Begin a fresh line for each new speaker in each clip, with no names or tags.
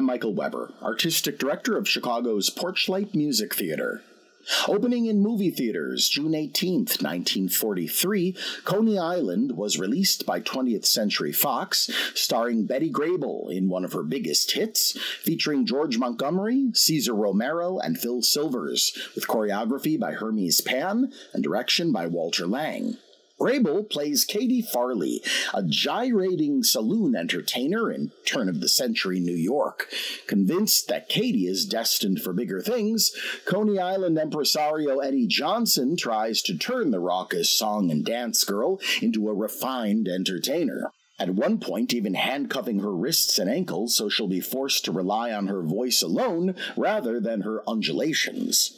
Michael Weber, Artistic Director of Chicago's Porchlight Music Theater. Opening in movie theaters June 18, 1943, Coney Island was released by 20th Century Fox, starring Betty Grable in one of her biggest hits, featuring George Montgomery, Cesar Romero, and Phil Silvers, with choreography by Hermes Pan and direction by Walter Lang. Grable plays Katie Farley, a gyrating saloon entertainer in turn of the century New York. Convinced that Katie is destined for bigger things, Coney Island impresario Eddie Johnson tries to turn the raucous song and dance girl into a refined entertainer. At one point, even handcuffing her wrists and ankles so she'll be forced to rely on her voice alone rather than her undulations.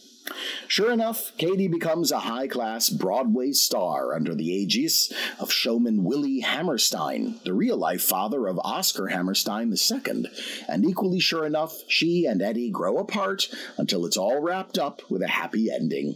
Sure enough, Katie becomes a high class Broadway star under the aegis of showman Willie Hammerstein, the real life father of Oscar Hammerstein II. And equally sure enough, she and Eddie grow apart until it's all wrapped up with a happy ending.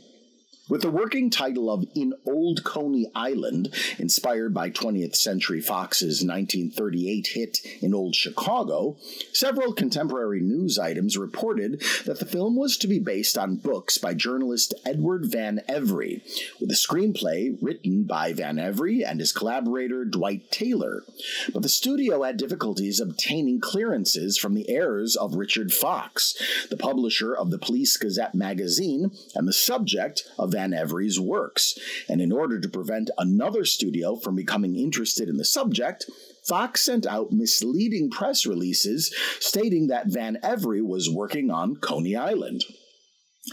With the working title of In Old Coney Island, inspired by 20th Century Fox's 1938 hit In Old Chicago, several contemporary news items reported that the film was to be based on books by journalist Edward Van Every, with a screenplay written by Van Every and his collaborator Dwight Taylor. But the studio had difficulties obtaining clearances from the heirs of Richard Fox, the publisher of the Police Gazette magazine and the subject of Van Every's works, and in order to prevent another studio from becoming interested in the subject, Fox sent out misleading press releases stating that Van Every was working on Coney Island.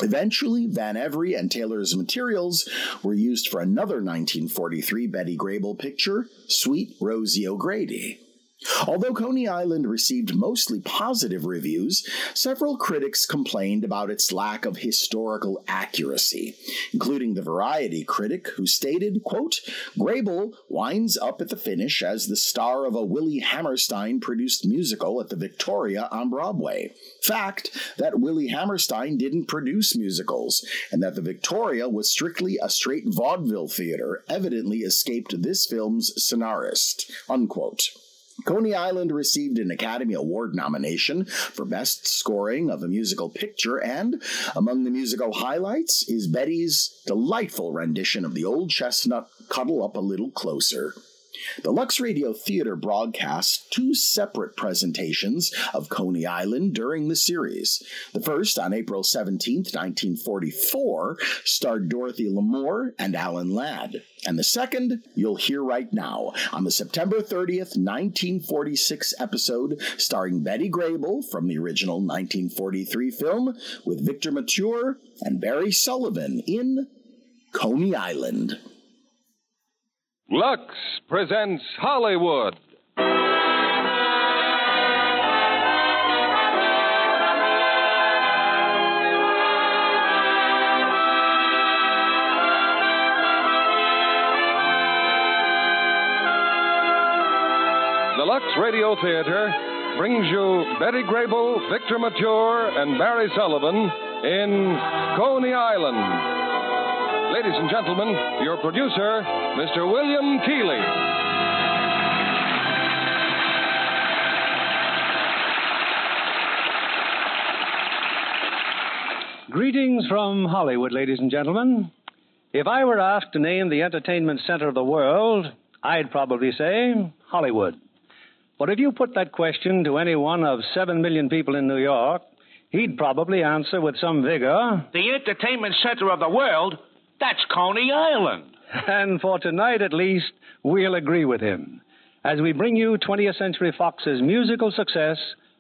Eventually, Van Every and Taylor's materials were used for another 1943 Betty Grable picture, Sweet Rosie O'Grady. Although Coney Island received mostly positive reviews, several critics complained about its lack of historical accuracy, including the Variety critic who stated, quote, Grable winds up at the finish as the star of a Willie Hammerstein produced musical at the Victoria on Broadway. Fact that Willie Hammerstein didn't produce musicals, and that the Victoria was strictly a straight vaudeville theater, evidently escaped this film's scenarist, unquote. Coney Island received an Academy Award nomination for Best Scoring of a Musical Picture, and among the musical highlights is Betty's delightful rendition of the old chestnut, Cuddle Up a Little Closer. The Lux Radio Theater broadcasts two separate presentations of Coney Island during the series. The first, on April 17, 1944, starred Dorothy L'Amour and Alan Ladd. And the second, you'll hear right now, on the September 30th, 1946 episode, starring Betty Grable from the original 1943 film, with Victor Mature and Barry Sullivan in Coney Island.
Lux presents Hollywood. The Lux Radio Theater brings you Betty Grable, Victor Mature, and Barry Sullivan in Coney Island. Ladies and gentlemen, your producer, Mr. William Keeley.
Greetings from Hollywood, ladies and gentlemen. If I were asked to name the entertainment center of the world, I'd probably say Hollywood. But if you put that question to any one of seven million people in New York, he'd probably answer with some vigor.
The entertainment center of the world? That's Coney Island.
And for tonight, at least, we'll agree with him as we bring you 20th Century Fox's musical success,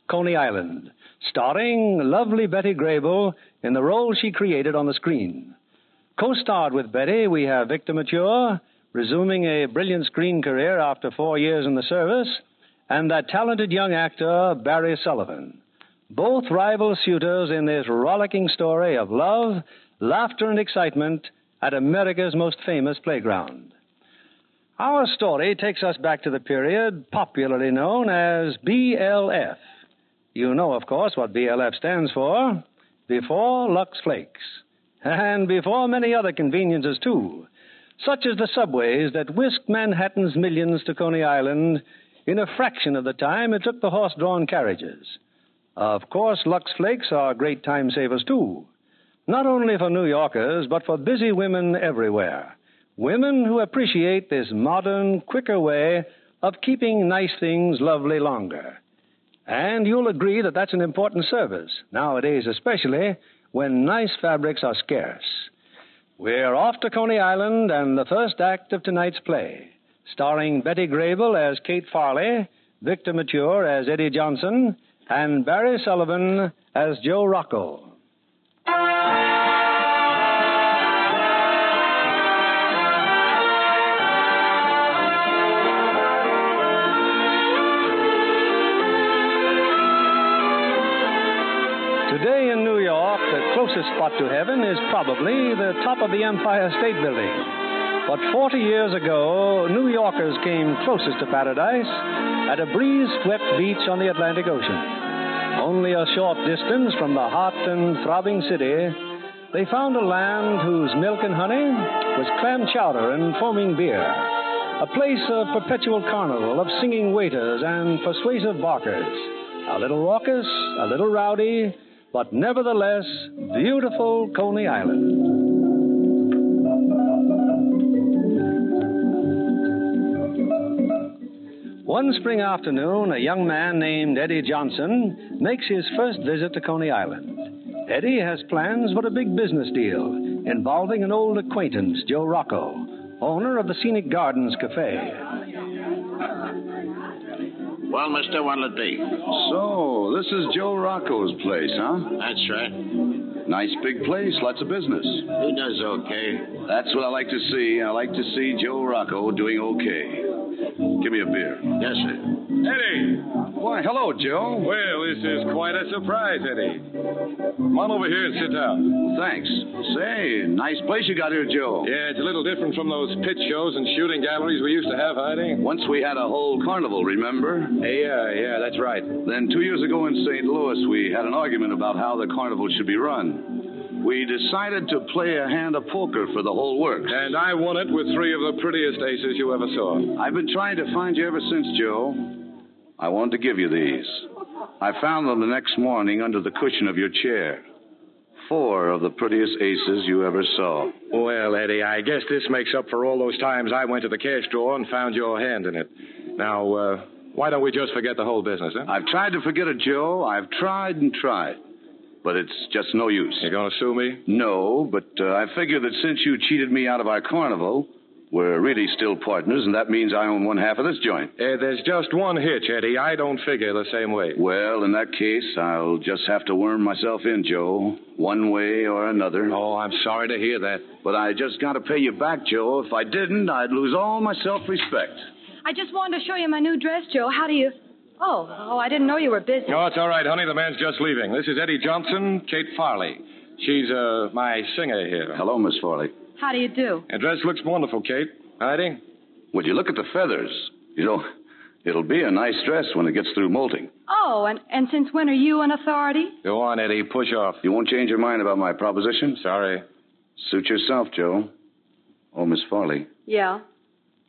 Coney Island, starring lovely Betty Grable in the role she created on the screen. Co starred with Betty, we have Victor Mature, resuming a brilliant screen career after four years in the service, and that talented young actor, Barry Sullivan. Both rival suitors in this rollicking story of love, laughter, and excitement at America's most famous playground. Our story takes us back to the period popularly known as BLF. You know, of course, what BLF stands for before Lux Flakes, and before many other conveniences, too, such as the subways that whisked Manhattan's millions to Coney Island in a fraction of the time it took the horse drawn carriages. Of course, Lux Flakes are great time savers, too. Not only for New Yorkers, but for busy women everywhere. Women who appreciate this modern, quicker way of keeping nice things lovely longer. And you'll agree that that's an important service, nowadays especially, when nice fabrics are scarce. We're off to Coney Island and the first act of tonight's play, starring Betty Grable as Kate Farley, Victor Mature as Eddie Johnson, and Barry Sullivan as Joe Rocco. Today in New York, the closest spot to heaven is probably the top of the Empire State Building. But 40 years ago, New Yorkers came closest to paradise at a breeze swept beach on the Atlantic Ocean. Only a short distance from the hot and throbbing city, they found a land whose milk and honey was clam chowder and foaming beer, a place of perpetual carnival, of singing waiters and persuasive barkers, a little raucous, a little rowdy, but nevertheless, beautiful Coney Island. One spring afternoon, a young man named Eddie Johnson makes his first visit to Coney Island. Eddie has plans for a big business deal involving an old acquaintance, Joe Rocco, owner of the Scenic Gardens Cafe.
Well, mister, what'll it be?
So, this is Joe Rocco's place, huh?
That's right.
Nice big place, lots of business.
He does okay.
That's what I like to see. I like to see Joe Rocco doing okay. Give me a beer.
Yes, sir.
Eddie!
Why, hello, Joe.
Well, this is quite a surprise, Eddie. Come on over here and sit down.
Thanks. Say, nice place you got here, Joe.
Yeah, it's a little different from those pit shows and shooting galleries we used to have, Heidi.
Once we had a whole carnival, remember?
Yeah, yeah, that's right.
Then two years ago in St. Louis, we had an argument about how the carnival should be run. We decided to play a hand of poker for the whole works.
And I won it with three of the prettiest aces you ever saw.
I've been trying to find you ever since, Joe. I wanted to give you these. I found them the next morning under the cushion of your chair. Four of the prettiest aces you ever saw.
Well, Eddie, I guess this makes up for all those times I went to the cash drawer and found your hand in it. Now, uh, why don't we just forget the whole business, huh?
I've tried to forget it, Joe. I've tried and tried. But it's just no use.
You gonna sue me?
No, but uh, I figure that since you cheated me out of our carnival, we're really still partners, and that means I own one half of this joint.
Eh, there's just one hitch, Eddie. I don't figure the same way.
Well, in that case, I'll just have to worm myself in, Joe, one way or another.
Oh, I'm sorry to hear that.
But I just got to pay you back, Joe. If I didn't, I'd lose all my self respect.
I just wanted to show you my new dress, Joe. How do you? Oh, oh, I didn't know you were busy.
No, it's all right, honey. The man's just leaving. This is Eddie Johnson, Kate Farley. She's uh, my singer here.
Hello, Miss Farley.
How do you do?
Her dress looks wonderful, Kate. Heidi?
Would you look at the feathers? You know, it'll be a nice dress when it gets through molting.
Oh, and, and since when are you an authority?
Go on, Eddie. Push off.
You won't change your mind about my proposition?
Sorry.
Suit yourself, Joe. Oh, Miss Farley,
Yeah.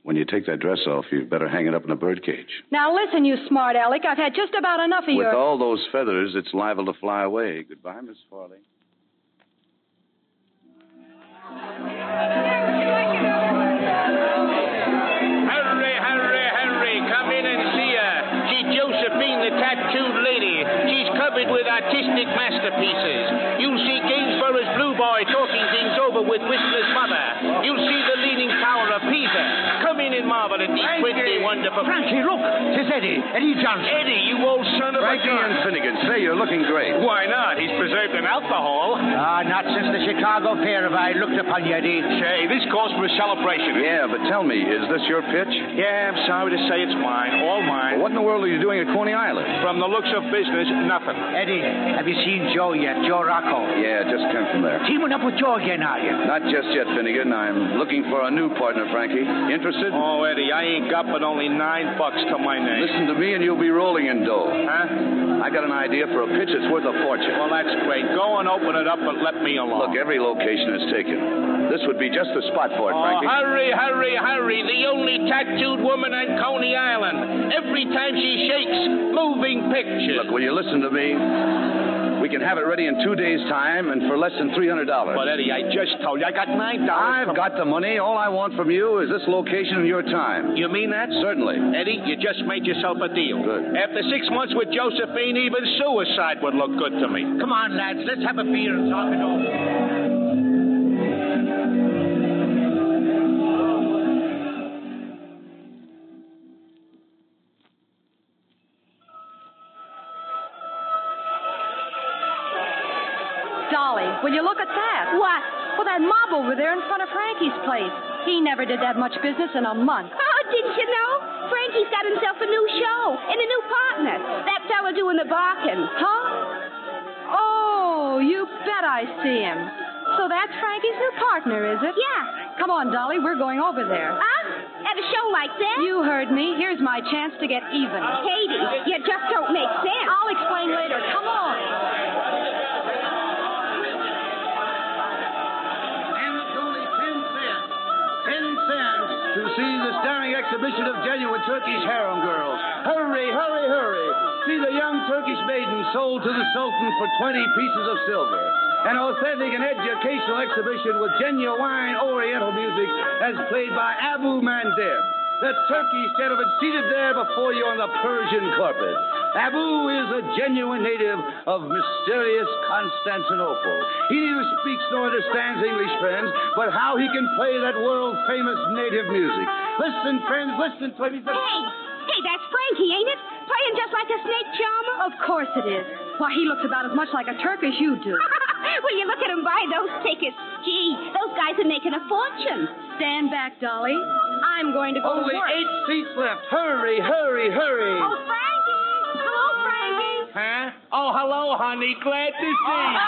when you take that dress off, you'd better hang it up in a birdcage.
Now listen, you smart aleck. I've had just about enough of
With
your.
all those feathers, it's liable to fly away. Goodbye, Miss Farley.
Henry, Henry, Henry, come in and see her. She's Josephine, the tattooed lady. She's covered with artistic masterpieces. You'll see Gainsborough's Blue Boy talking things over with Whistler's mother. You'll see the Leaning Tower of Pisa. Come in and marvel at these 20 wonderful... Frankie, look! It's Eddie. Eddie Johnson. Eddie, you old son of
Frankie
a gun.
and Finnegan, say you're looking great.
Why not? He's preserved in alcohol. Ah, not since the Chicago Fair have I looked upon you, Eddie. Say, this calls for a celebration.
Yeah, but tell me, is this your pitch?
Yeah, I'm sorry to say it's mine, all mine.
What in the world are you doing at Coney Island?
From the looks of business, nothing.
Eddie, have you seen Joe yet? Joe Rocco.
Yeah, just came from there.
Teaming up with Joe again, are you?
Not just yet, Finnegan. I'm looking for a new partner, Frankie. Interested?
Oh, Eddie, I ain't got but only nine bucks to my name.
Listen to me and you'll be rolling in dough.
Huh?
I got an idea for a pitch that's worth a fortune.
Well, that's
Wait, go and open it up, but let me alone.
Look, every location is taken. This would be just the spot for it, Frankie.
Hurry, hurry, hurry. The only tattooed woman on Coney Island. Every time she shakes, moving pictures.
Look, will you listen to me? We can have it ready in two days' time and for less than $300.
But, Eddie, I just told you I got $9.
I've got the money. All I want from you is this location and your time.
You mean that?
Certainly.
Eddie, you just made yourself a deal.
Good.
After six months with Josephine, even suicide would look good to me.
Come on, lads. Let's have a beer and talk it over.
Dolly, will you look at that? What? Well, that mob over there in front of Frankie's place. He never did that much business in a month.
Oh, didn't you know? Frankie's got himself a new show and a new partner. That fella doing the barking.
Huh? Oh, you bet I see him. So that's Frankie's new partner, is it?
Yeah.
Come on, Dolly, we're going over there.
Huh? At a show like that?
You heard me. Here's my chance to get even.
Katie, you just don't make sense.
I'll explain later. Come on.
And it's only ten cents. Ten cents to see the stunning exhibition of genuine Turkish harem girls. Hurry, hurry, hurry. See the young Turkish maiden sold to the Sultan for 20 pieces of silver. An authentic and educational exhibition with genuine Oriental music as played by Abu Mandeb. The Turkish gentleman seated there before you on the Persian carpet. Abu is a genuine native of mysterious Constantinople. He neither speaks nor understands English, friends, but how he can play that world famous native music. Listen, friends, listen to him. He's the-
Hey, hey, that's Frankie, ain't it? Playing just like a snake charmer?
Of course it is. Why, he looks about as much like a Turk as you do.
Will you look at him buy those tickets? Gee, those guys are making a fortune.
Stand back, Dolly. I'm going to go
Only
to work.
eight seats left. Hurry, hurry, hurry.
Oh, Frankie! Hello, Frankie!
Huh? Oh, hello, honey. Glad to see you.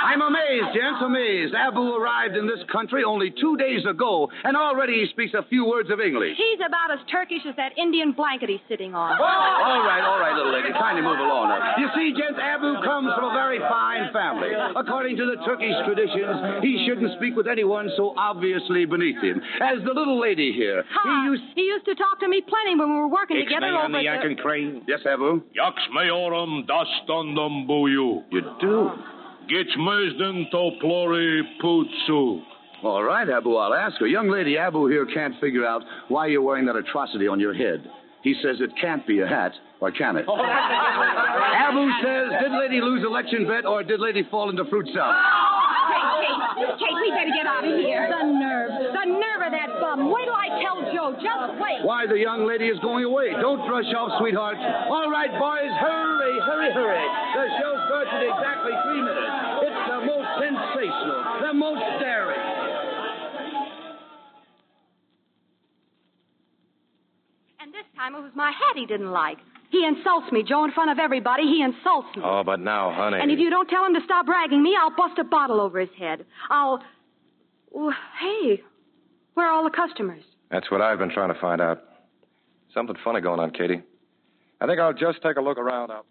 I'm
amazed, gents, amazed. Abu arrived in this country only two days ago, and already he speaks a few words of English.
He's about as Turkish as that Indian blanket he's sitting on.
Oh, all right, all right, little lady. Kindly move along. now. You see, gents, Abu comes from a very fine family. According to the Turkish traditions, he shouldn't speak with anyone so obviously beneath him. As the little lady here, he
Ha!
used.
He used to talk to me plenty when we were working together over at the...
crane.
Yes, Abu?
Yaks maiorum dastandum buyu.
You do?
Gets mesden to plori putsu.
All right, Abu, I'll ask her. Young lady, Abu here can't figure out why you're wearing that atrocity on your head. He says it can't be a hat, or can it? Abu says, did lady lose election bet, or did lady fall into fruit salad?
Kate, Kate, Kate, we better get out of here.
The nerve. The nerve of that bum. Wait till I tell Joe. Just wait.
Why, the young lady is going away. Don't rush off, sweetheart. All right, boys, hurry, hurry, hurry. The show starts in exactly three minutes. It's the most sensational, the most daring.
And this time it was my hat he didn't like. He insults me, Joe, in front of everybody. He insults me.
Oh, but now, honey.
And if you don't tell him to stop ragging me, I'll bust a bottle over his head. I'll. Well, hey, where are all the customers?
That's what I've been trying to find out. Something funny going on, Katie. I think I'll just take a look around out.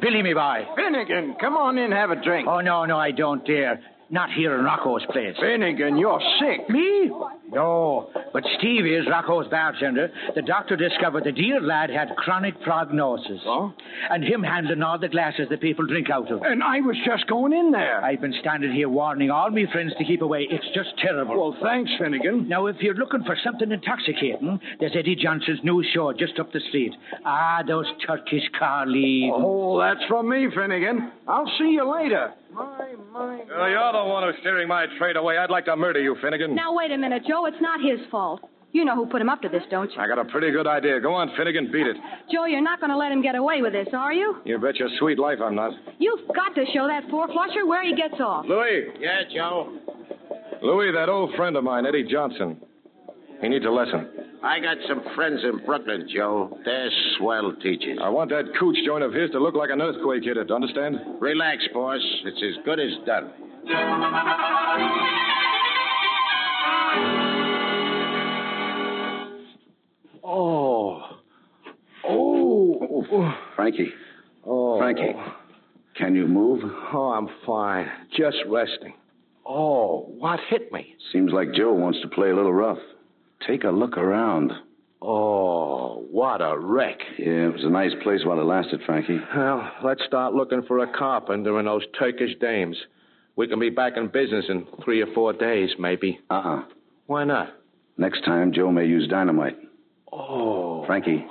Billy me by. Finnegan, come on in, have a drink. Oh, no, no, I don't dare. Not here in Rocco's place. Finnegan, you're sick. Me? No, but Steve is Rocco's bartender. The doctor discovered the dear lad had chronic prognosis. Oh? And him handling all the glasses that people drink out of.
And I was just going in there.
I've been standing here warning all me friends to keep away. It's just terrible.
Well, thanks, Finnegan.
Now, if you're looking for something intoxicating, there's Eddie Johnson's new show just up the street. Ah, those Turkish Carly.
Oh, that's from me, Finnegan. I'll see you later. My, my.
Well, you're the one who's steering my trade away. I'd like to murder you, Finnegan.
Now, wait a minute, Joe. It's not his fault. You know who put him up to this, don't you?
I got a pretty good idea. Go on, Finnegan, beat it.
Joe, you're not going to let him get away with this, are you?
You bet your sweet life I'm not.
You've got to show that four flusher where he gets off.
Louis,
Yeah, Joe.
Louis, that old friend of mine, Eddie Johnson. He needs a lesson.
I got some friends in Brooklyn, Joe. They're swell teachers.
I want that cooch joint of his to look like an earthquake hit it. Understand?
Relax, boss. It's as good as done.
Oh,
Oh, Frankie.
Oh.
Frankie. Can you move?
Oh, I'm fine. Just resting. Oh, what hit me?
Seems like Joe wants to play a little rough. Take a look around.
Oh, what a wreck.
Yeah, it was a nice place while it lasted, Frankie.
Well, let's start looking for a carpenter and those Turkish dames. We can be back in business in three or four days, maybe.
Uh uh
Why not?
Next time, Joe may use dynamite.
Oh.
Frankie,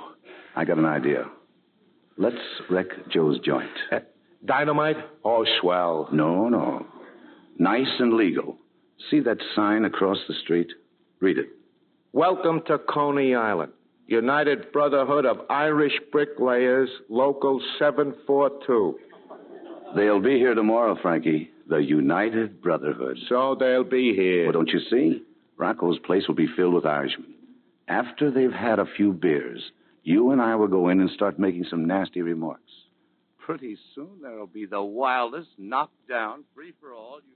I got an idea. Let's wreck Joe's joint.
Uh, Dynamite? Oh, swell.
No, no. Nice and legal. See that sign across the street? Read it.
Welcome to Coney Island. United Brotherhood of Irish Bricklayers, Local 742.
They'll be here tomorrow, Frankie. The United Brotherhood.
So they'll be here.
Well, don't you see? Rocco's place will be filled with Irishmen. After they've had a few beers, you and I will go in and start making some nasty remarks. Pretty soon there'll be the wildest knockdown, free for all. You...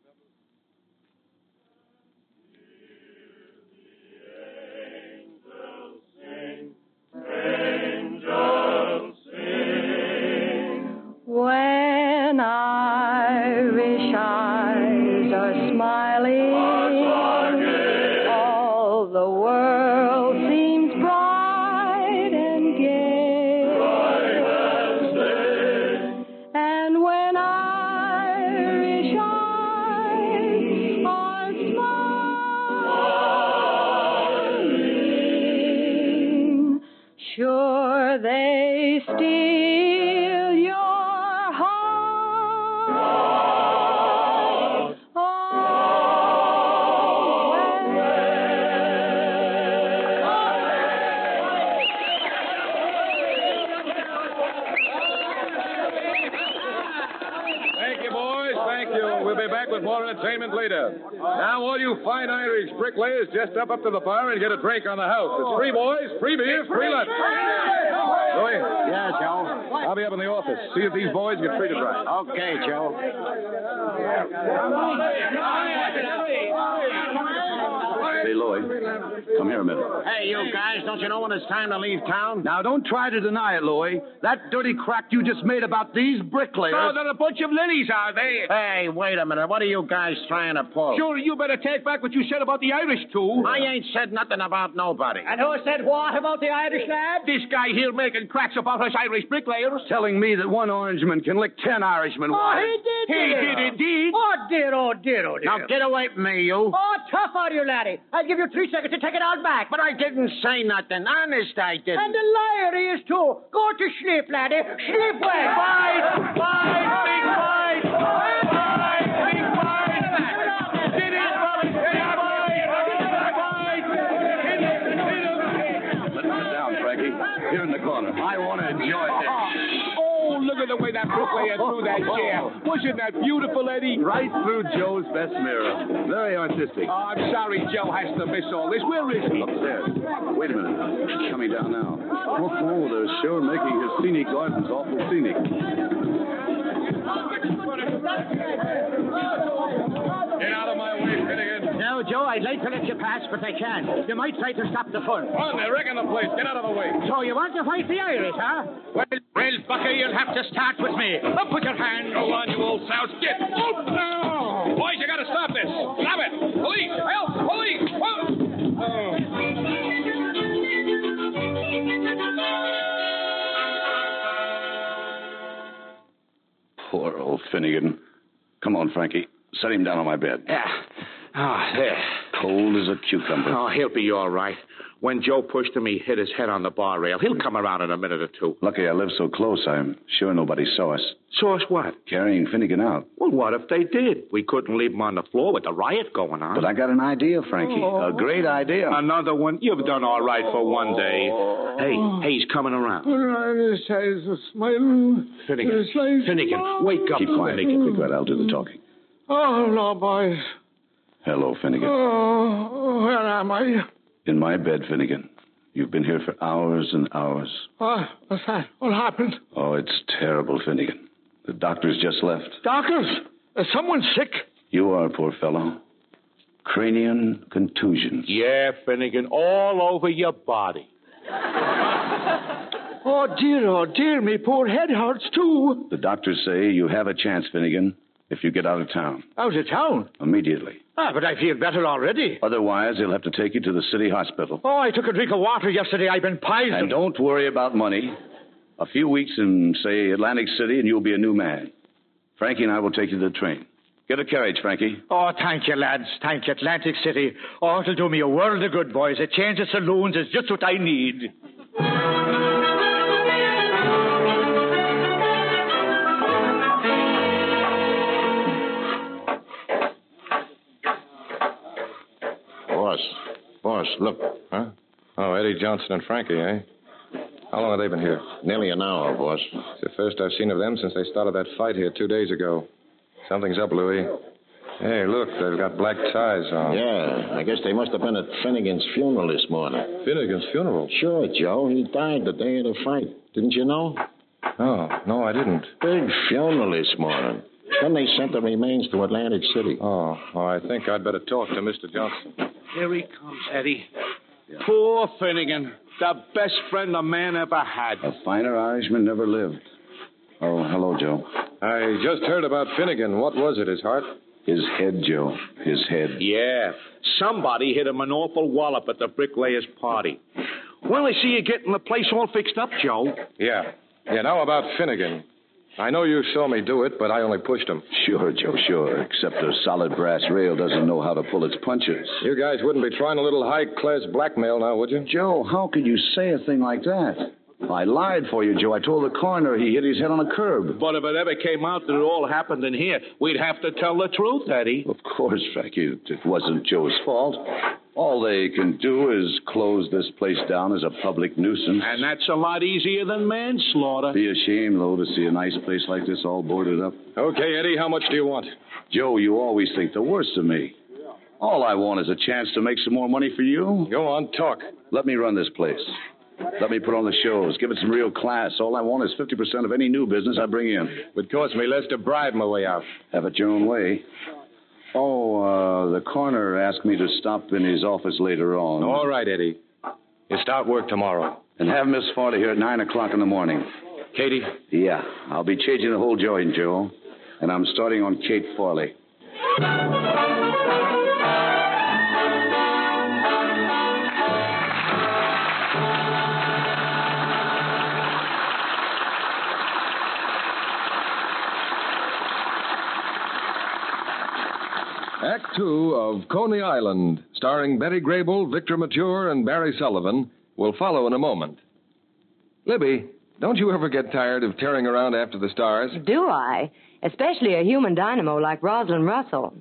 When Irish eyes are smiling, all the world seems bright and gay. And when Irish eyes are smiling, sure they steal your heart.
Thank you, boys. Thank you. We'll be back with more entertainment later. Now, all you fine Irish bricklayers, just up up to the bar and get a drink on the house. It's free, boys. Free beer, free lunch. Louis?
Yeah, Joe.
I'll be up in the office. See if these boys get treated right.
Okay, Joe.
Hey, Lloyd. Come here a minute.
Hey, you guys, don't you know when it's time to leave town?
Now, don't try to deny it, Louie. That dirty crack you just made about these bricklayers.
Oh, they're a bunch of lilies, are they?
Hey, wait a minute. What are you guys trying to pull?
Sure, you better take back what you said about the Irish, too.
I ain't said nothing about nobody.
And who said what about the Irish lad?
This guy here making cracks about us Irish bricklayers.
Telling me that one Orangeman can lick ten Irishmen.
Oh,
Why?
he did.
He
dear.
did indeed.
Oh dear, oh dear, oh dear.
Now get away from me, you.
Oh, tough are you, laddie? I'll give you three seconds to take it all back.
But I didn't say nothing. Honest, I didn't.
And the liar he is too. Go to sleep, laddie. Sleep well.
Fight, fight, big fight. Fight, big fight. Did it, Bobby? Did it, Bobby?
Let's sit down, Frankie. Here in the corner. I want to enjoy this.
Oh, look at the way that bricklayer threw that chair. Wasn't that beautiful, Eddie?
Oh, Right through Joe's best mirror. Very artistic.
Oh, I'm sorry Joe has to miss all this. Where is he?
Upstairs. Wait a minute. He's coming down now. Oh, they're sure making his scenic gardens awful scenic.
Get out of my way, Finnegan.
No, Joe, I'd like to let you pass, but I can't. You might try to stop the fun.
Run, they're wrecking the place. Get out of the way.
So you want to fight the Irish, huh?
Well, well, Bucker, you'll have to start with me. Up with your hand.
Go on, you old souse. Get up now. Boys, you got to stop this. Stop it. Police, help, police. Whoa. Oh.
Poor old Finnegan. Come on, Frankie. Set him down on my bed.
Yeah. Ah, there.
Cold as a cucumber.
Oh, he'll be all right. When Joe pushed him, he hit his head on the bar rail. He'll come around in a minute or two.
Lucky I live so close, I'm sure nobody saw us
Saw us what?
carrying Finnegan out.
Well, what if they did? We couldn't leave him on the floor with the riot going on. Oh.
But I got an idea, Frankie. A great idea.
Another one. You've done all right for one day. Hey, hey, he's coming around.
Irish eyes are smiling.
Finnegan. Finnegan, wake up,
Keep quiet.
Finnegan.
Keep quiet. I'll do the talking.
Oh, no, boys.
Hello, Finnegan.
Oh, where am I?
In my bed, Finnegan. You've been here for hours and hours.
What, Oh, what's that? What happened?
Oh, it's terrible, Finnegan. The doctor's just left.
Doctors, is someone sick?
You are, poor fellow. Cranium contusions.
Yeah, Finnegan, all over your body.
Oh, dear, oh, dear, me poor head hurts, too.
The doctors say you have a chance, Finnegan, if you get out of town.
Out of town?
Immediately.
Ah, but I feel better already.
Otherwise, they'll have to take you to the city hospital.
Oh, I took a drink of water yesterday. I've been poisoned.
And don't worry about money. A few weeks in, say, Atlantic City, and you'll be a new man. Frankie and I will take you to the train. Get a carriage, Frankie.
Oh, thank you, lads. Thank you, Atlantic City. Oh, it'll do me a world of good, boys. A change of saloons is just what I need.
Boss, boss, look. Huh?
Oh, Eddie Johnson and Frankie, eh? How long have they been here?
Nearly an hour, boss.
It's the first I've seen of them since they started that fight here two days ago. Something's up, Louis. Hey, look, they've got black ties on.
Yeah, I guess they must have been at Finnegan's funeral this morning.
Finnegan's funeral.
Sure, Joe. He died the day of the fight. Didn't you know?
Oh, no, I didn't.
Big funeral this morning. Then they sent the remains to Atlantic City.
Oh, well, I think I'd better talk to Mr. Johnson.
Here he comes, Eddie. Poor Finnegan, the best friend a man ever had.
A finer Irishman never lived. Oh, hello, Joe.
I just heard about Finnegan. What was it, his heart?
His head, Joe. His head.
Yeah. Somebody hit him an awful wallop at the bricklayer's party. Well, I see you getting the place all fixed up, Joe.
Yeah. Yeah, now about Finnegan. I know you saw me do it, but I only pushed him.
Sure, Joe, sure. Except a solid brass rail doesn't know how to pull its punches.
You guys wouldn't be trying a little high class blackmail now, would you?
Joe, how could you say a thing like that? I lied for you, Joe. I told the coroner he hit his head on a curb.
But if it ever came out that it all happened in here, we'd have to tell the truth, Eddie.
Of course, Frankie, it wasn't Joe's fault. All they can do is close this place down as a public nuisance.
And that's a lot easier than manslaughter.
Be ashamed, though, to see a nice place like this all boarded up.
Okay, Eddie, how much do you want?
Joe, you always think the worst of me. All I want is a chance to make some more money for you.
Go on, talk.
Let me run this place. Let me put on the shows. Give it some real class. All I want is 50% of any new business I bring in.
Would cost me less to bribe my way out.
Have it your own way. Oh, uh, the coroner asked me to stop in his office later on.
All right, Eddie. You start work tomorrow.
And have Miss Farley here at 9 o'clock in the morning.
Katie?
Yeah, I'll be changing the whole joint, Joe. And I'm starting on Kate Farley.
Act two of Coney Island, starring Betty Grable, Victor Mature, and Barry Sullivan, will follow in a moment. Libby, don't you ever get tired of tearing around after the stars?
Do I? Especially a human dynamo like Rosalind Russell.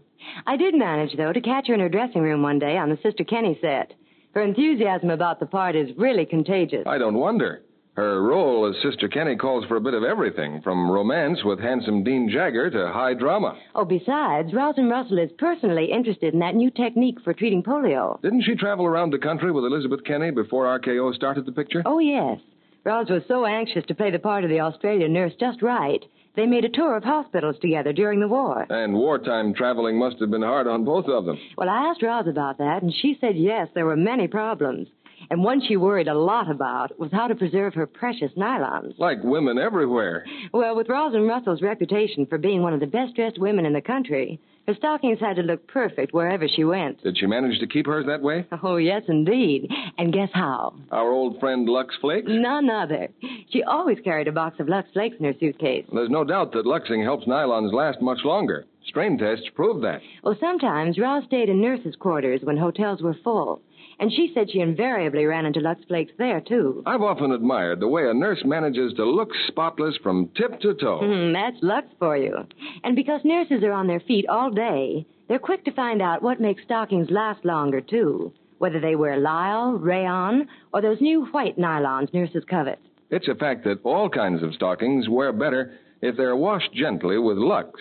I did manage, though, to catch her in her dressing room one day on the Sister Kenny set. Her enthusiasm about the part is really contagious.
I don't wonder. Her role as Sister Kenny calls for a bit of everything, from romance with handsome Dean Jagger to high drama.
Oh, besides, Rosalind Russell is personally interested in that new technique for treating polio.
Didn't she travel around the country with Elizabeth Kenny before RKO started the picture?
Oh, yes. Roz was so anxious to play the part of the Australian nurse just right. They made a tour of hospitals together during the war.
And wartime traveling must have been hard on both of them.
Well, I asked Roz about that, and she said yes, there were many problems. And one she worried a lot about was how to preserve her precious nylons.
Like women everywhere.
Well, with Rosalind Russell's reputation for being one of the best dressed women in the country, her stockings had to look perfect wherever she went.
Did she manage to keep hers that way?
Oh, yes, indeed. And guess how?
Our old friend Lux Flakes?
None other. She always carried a box of Lux Flakes in her suitcase.
There's no doubt that Luxing helps nylons last much longer. Strain tests prove that.
Well, sometimes Roz stayed in nurses' quarters when hotels were full. And she said she invariably ran into Lux Flakes there, too.
I've often admired the way a nurse manages to look spotless from tip to toe.
Mm, that's Lux for you. And because nurses are on their feet all day, they're quick to find out what makes stockings last longer, too, whether they wear lisle, rayon, or those new white nylons nurses covet.
It's a fact that all kinds of stockings wear better if they're washed gently with Lux.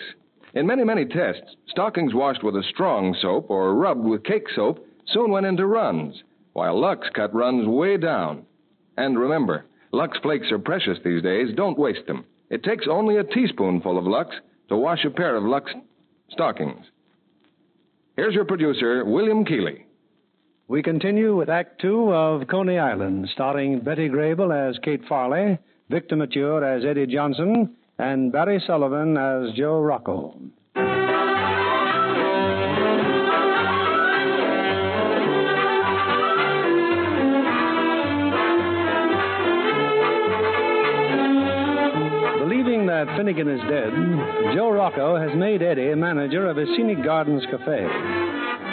In many, many tests, stockings washed with a strong soap or rubbed with cake soap soon went into runs, while Lux cut runs way down. And remember, Lux flakes are precious these days. Don't waste them. It takes only a teaspoonful of Lux to wash a pair of Lux stockings. Here's your producer, William Keeley.
We continue with Act Two of Coney Island, starring Betty Grable as Kate Farley, Victor Mature as Eddie Johnson, and Barry Sullivan as Joe Rocco. Believing that Finnegan is dead, Joe Rocco has made Eddie manager of his Scenic Gardens Cafe.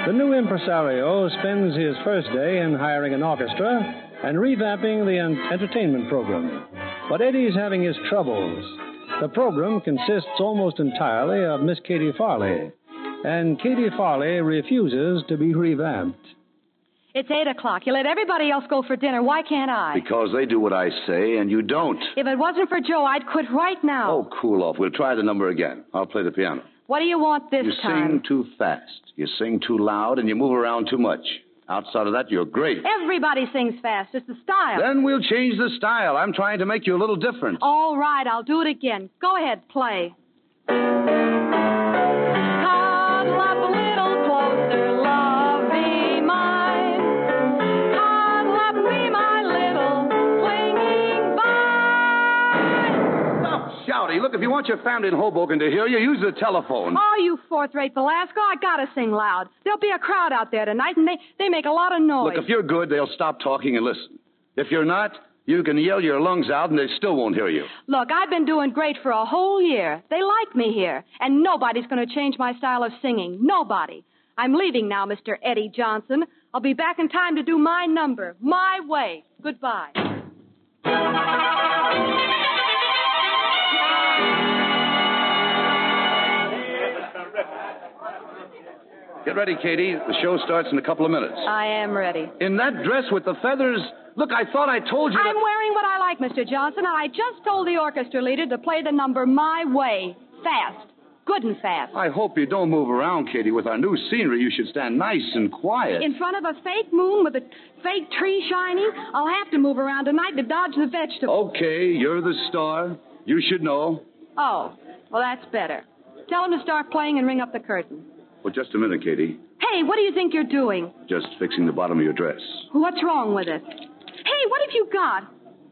The new impresario spends his first day in hiring an orchestra and revamping the en- entertainment program. But Eddie's having his troubles. The program consists almost entirely of Miss Katie Farley, and Katie Farley refuses to be revamped.
It's 8 o'clock. You let everybody else go for dinner. Why can't I?
Because they do what I say, and you don't.
If it wasn't for Joe, I'd quit right now.
Oh, cool off. We'll try the number again. I'll play the piano.
What do you want this
you
time?
sing too fast, you sing too loud, and you move around too much. Outside of that, you're great.
Everybody sings fast. It's the style.
Then we'll change the style. I'm trying to make you a little different.
All right, I'll do it again. Go ahead, play.
Shouty, look, if you want your family in Hoboken to hear you, use the telephone.
Oh, you fourth-rate Belasco, I gotta sing loud. There'll be a crowd out there tonight, and they, they make a lot of noise.
Look, if you're good, they'll stop talking and listen. If you're not, you can yell your lungs out and they still won't hear you.
Look, I've been doing great for a whole year. They like me here, and nobody's going to change my style of singing. Nobody. I'm leaving now, Mr. Eddie Johnson. I'll be back in time to do my number, my way. Goodbye.
Get ready, Katie. The show starts in a couple of minutes.
I am ready.
In that dress with the feathers, look, I thought I told you
I'm
that.
wearing what I like, Mr. Johnson, and I just told the orchestra leader to play the number my way, fast, good and fast,
I hope you don't move around, Katie. With our new scenery, you should stand nice and quiet.
in front of a fake moon with a fake tree shining. I'll have to move around tonight to dodge the vegetables.
Okay, you're the star. You should know.
Oh, well, that's better. Tell him to start playing and ring up the curtain.
Well, just a minute, Katie.
Hey, what do you think you're doing?
Just fixing the bottom of your dress.
What's wrong with it? Hey, what have you got?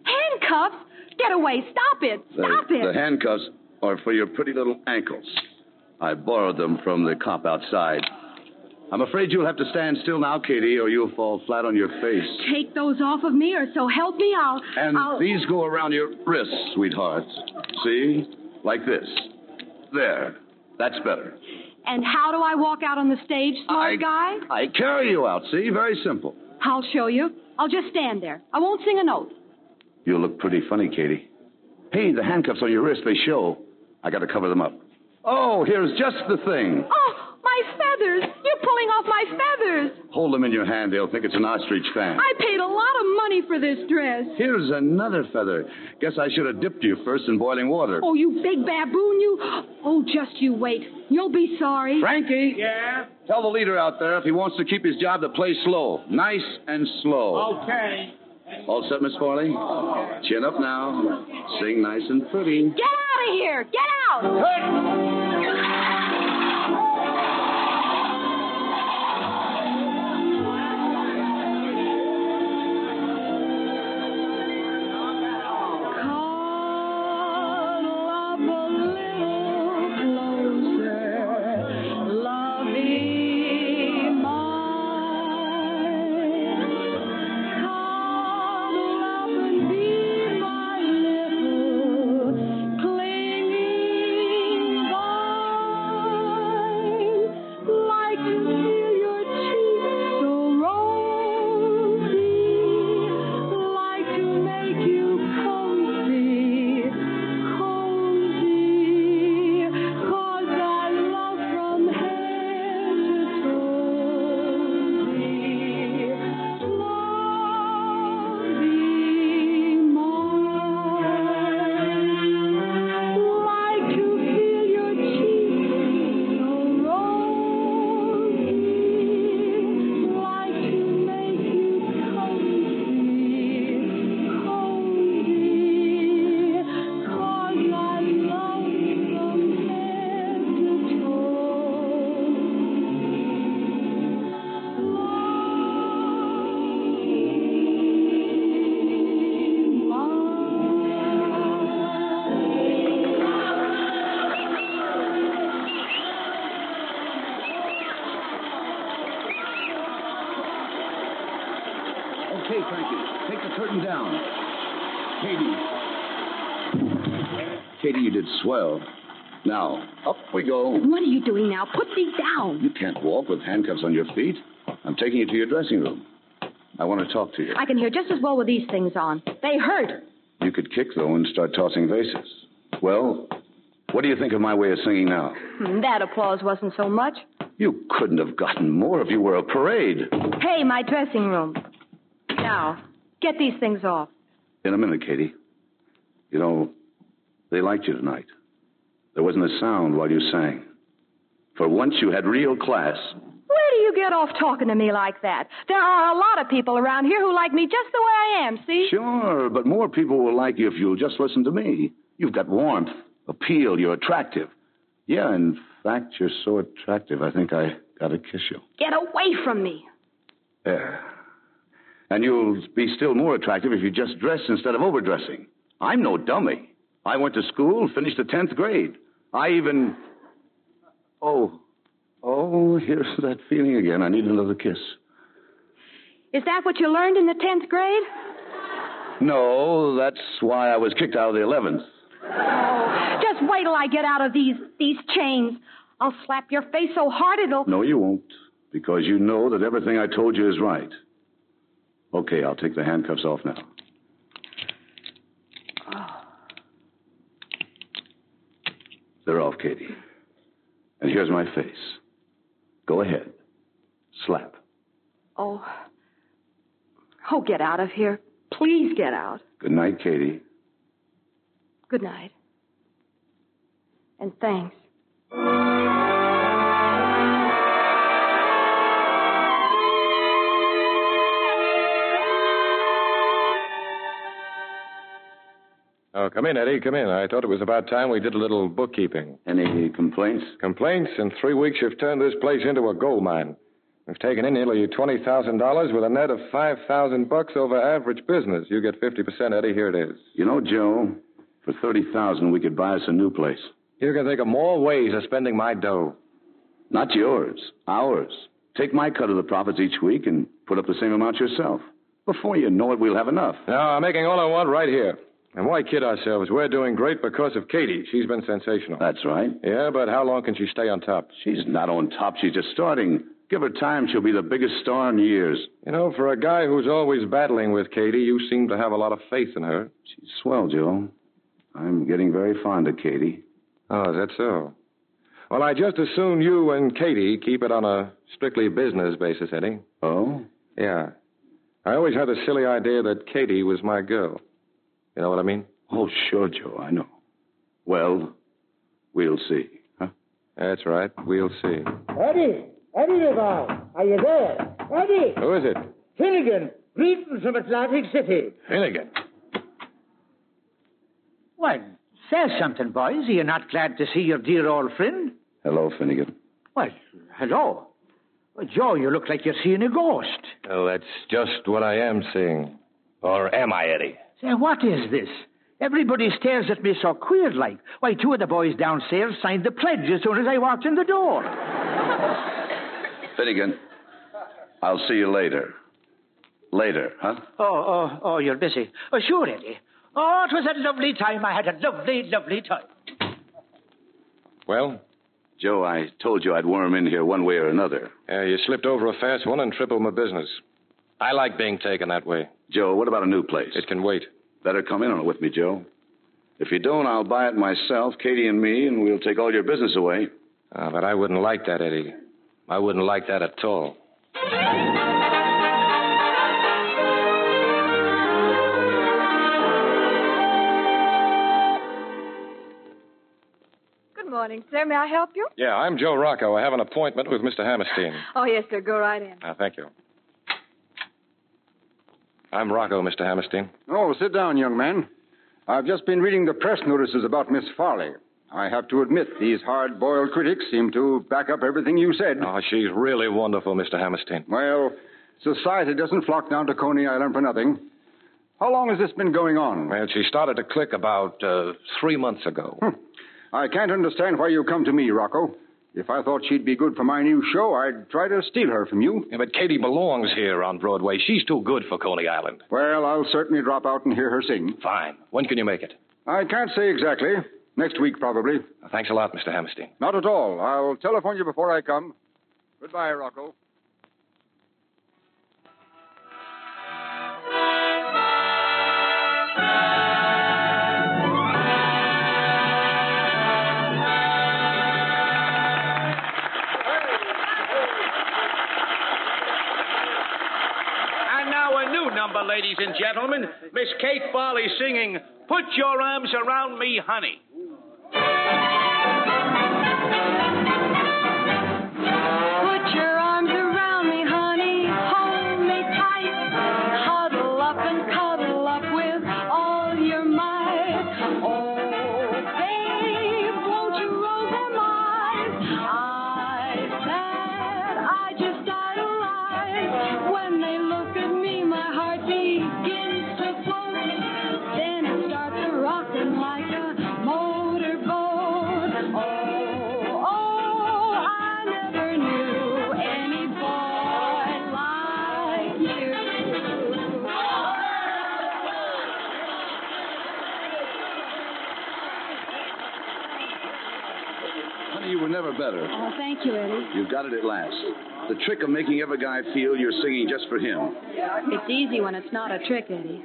Handcuffs? Get away. Stop it. Stop
the,
it.
The handcuffs are for your pretty little ankles. I borrowed them from the cop outside. I'm afraid you'll have to stand still now, Katie, or you'll fall flat on your face.
Take those off of me, or so help me, I'll.
And
I'll...
these go around your wrists, sweetheart. See? Like this. There. That's better.
And how do I walk out on the stage, smart guy?
I carry you out, see? Very simple.
I'll show you. I'll just stand there. I won't sing a note.
You look pretty funny, Katie. Hey, the handcuffs on your wrist, they show. I gotta cover them up. Oh, here's just the thing.
Oh, my feathers! You're pulling off my feathers!
Hold them in your hand, they'll think it's an ostrich fan.
I paid a lot of money for this dress.
Here's another feather. Guess I should have dipped you first in boiling water.
Oh, you big baboon, you. Oh, just you wait. You'll be sorry.
Frankie? Yeah? Tell the leader out there if he wants to keep his job to play slow. Nice and slow.
Okay.
All set, Miss Farley? Chin up now. Sing nice and pretty.
Get out of here! Get out!
Clinging by.
Katie. Katie, you did swell. Now, up we go.
What are you doing now? Put me down.
You can't walk with handcuffs on your feet. I'm taking you to your dressing room. I want to talk to you.
I can hear just as well with these things on. They hurt.
You could kick, though, and start tossing vases. Well, what do you think of my way of singing now?
Hmm, That applause wasn't so much.
You couldn't have gotten more if you were a parade.
Hey, my dressing room. Now, get these things off.
In a minute, Katie. You know, they liked you tonight. There wasn't a sound while you sang. For once, you had real class.
Where do you get off talking to me like that? There are a lot of people around here who like me just the way I am, see?
Sure, but more people will like you if you'll just listen to me. You've got warmth, appeal, you're attractive. Yeah, in fact, you're so attractive, I think I gotta kiss you.
Get away from me.
There. And you'll be still more attractive if you just dress instead of overdressing. I'm no dummy. I went to school, finished the 10th grade. I even. Oh. Oh, here's that feeling again. I need another kiss.
Is that what you learned in the 10th grade?
No, that's why I was kicked out of the 11th.
Just wait till I get out of these these chains. I'll slap your face so hard it'll.
No, you won't, because you know that everything I told you is right. Okay, I'll take the handcuffs off now. They're off, Katie. And here's my face. Go ahead. Slap.
Oh. Oh, get out of here. Please get out.
Good night, Katie.
Good night. And thanks.
Oh, come in, Eddie. Come in. I thought it was about time we did a little bookkeeping.
Any complaints?
Complaints? In three weeks, you've turned this place into a gold mine. We've taken in nearly twenty thousand dollars with a net of five thousand bucks over average business. You get fifty percent, Eddie. Here it is.
You know, Joe, for 30000 we could buy us a new place.
You can think of more ways of spending my dough.
Not yours, ours. Take my cut of the profits each week and put up the same amount yourself. Before you know it, we'll have enough.
No, I'm making all I want right here. And why kid ourselves? We're doing great because of Katie. She's been sensational.
That's right.
Yeah, but how long can she stay on top?
She's not on top. She's just starting. Give her time. She'll be the biggest star in years.
You know, for a guy who's always battling with Katie, you seem to have a lot of faith in her.
She's swell, Joe. I'm getting very fond of Katie.
Oh, is that so? Well, I just as soon you and Katie keep it on a strictly business basis, Eddie.
Oh?
Yeah. I always had the silly idea that Katie was my girl. You know what I mean?
Oh, sure, Joe. I know. Well, we'll see.
That's right. We'll see.
Eddie! Eddie Devine! Are you there? Eddie!
Who is it?
Finnegan! Greetings from Atlantic City.
Finnegan.
Well, say something, boys. Are you not glad to see your dear old friend?
Hello, Finnegan.
Well, hello. Well, Joe, you look like you're seeing a ghost.
Well, that's just what I am seeing. Or am I, Eddie?
Say, what is this? Everybody stares at me so queer like. Why, two of the boys downstairs signed the pledge as soon as I walked in the door.
Finnegan, I'll see you later. Later, huh?
Oh, oh, oh, you're busy. Oh, sure, Eddie. Oh, it was a lovely time. I had a lovely, lovely time.
Well,
Joe, I told you I'd worm in here one way or another.
uh, you slipped over a fast one and tripled my business. I like being taken that way.
Joe, what about a new place?
It can wait.
Better come in on it with me, Joe. If you don't, I'll buy it myself, Katie and me, and we'll take all your business away.
Ah, but I wouldn't like that, Eddie. I wouldn't like that at all.
Good morning, sir. May I help you?
Yeah, I'm Joe Rocco. I have an appointment with Mr. Hammerstein.
Oh, yes, sir. Go right in.
Ah, thank you. I'm Rocco, Mr. Hammerstein.
Oh, sit down, young man. I've just been reading the press notices about Miss Farley. I have to admit, these hard boiled critics seem to back up everything you said.
Ah,
Oh, she's really wonderful, Mr. Hammerstein.
Well, society doesn't flock down to Coney Island for nothing. How long has this been going on?
Well, she started to click about uh, three months ago.
Hmm. I can't understand why you come to me, Rocco. If I thought she'd be good for my new show, I'd try to steal her from you.
Yeah, but Katie belongs here on Broadway. She's too good for Coney Island.
Well, I'll certainly drop out and hear her sing.
Fine. When can you make it?
I can't say exactly. Next week, probably.
Thanks a lot, Mr. Hammerstein.
Not at all. I'll telephone you before I come. Goodbye, Rocco.
And now a new number, ladies and gentlemen. Miss Kate Barley singing, Put Your Arms Around Me, Honey.
Put your arms around me, honey. Hold me tight. Huddle up and cuddle up with all your might. Oh, babe, won't you roll them eyes? I said I just idolize. When they look at me, my heart begins to float. Then it starts a rocking like a motorboat. Oh, oh, I never knew any boy like you.
Honey, you were never better.
Oh, thank you, Eddie.
You've got it at last. The trick of making every guy feel you're singing just for him.
It's easy when it's not a trick, Eddie.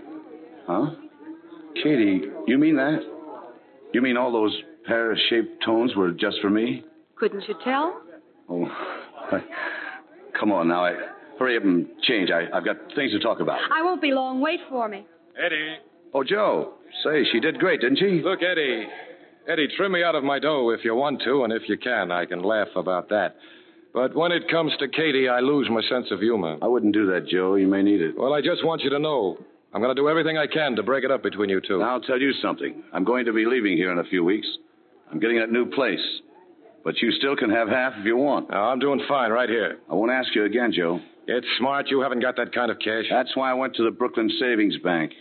Huh? Katie, you mean that? You mean all those pear shaped tones were just for me?
Couldn't you tell?
Oh, come on now. I, hurry up and change. I, I've got things to talk about.
I won't be long. Wait for me.
Eddie.
Oh, Joe. Say, she did great, didn't she?
Look, Eddie. Eddie, trim me out of my dough if you want to, and if you can, I can laugh about that. But when it comes to Katie, I lose my sense of humor.
I wouldn't do that, Joe. You may need it.
Well, I just want you to know. I'm going to do everything I can to break it up between you two.
Now, I'll tell you something. I'm going to be leaving here in a few weeks. I'm getting that new place. But you still can have half if you want.
Oh, I'm doing fine right here.
I won't ask you again, Joe.
It's smart you haven't got that kind of cash.
That's why I went to the Brooklyn Savings Bank.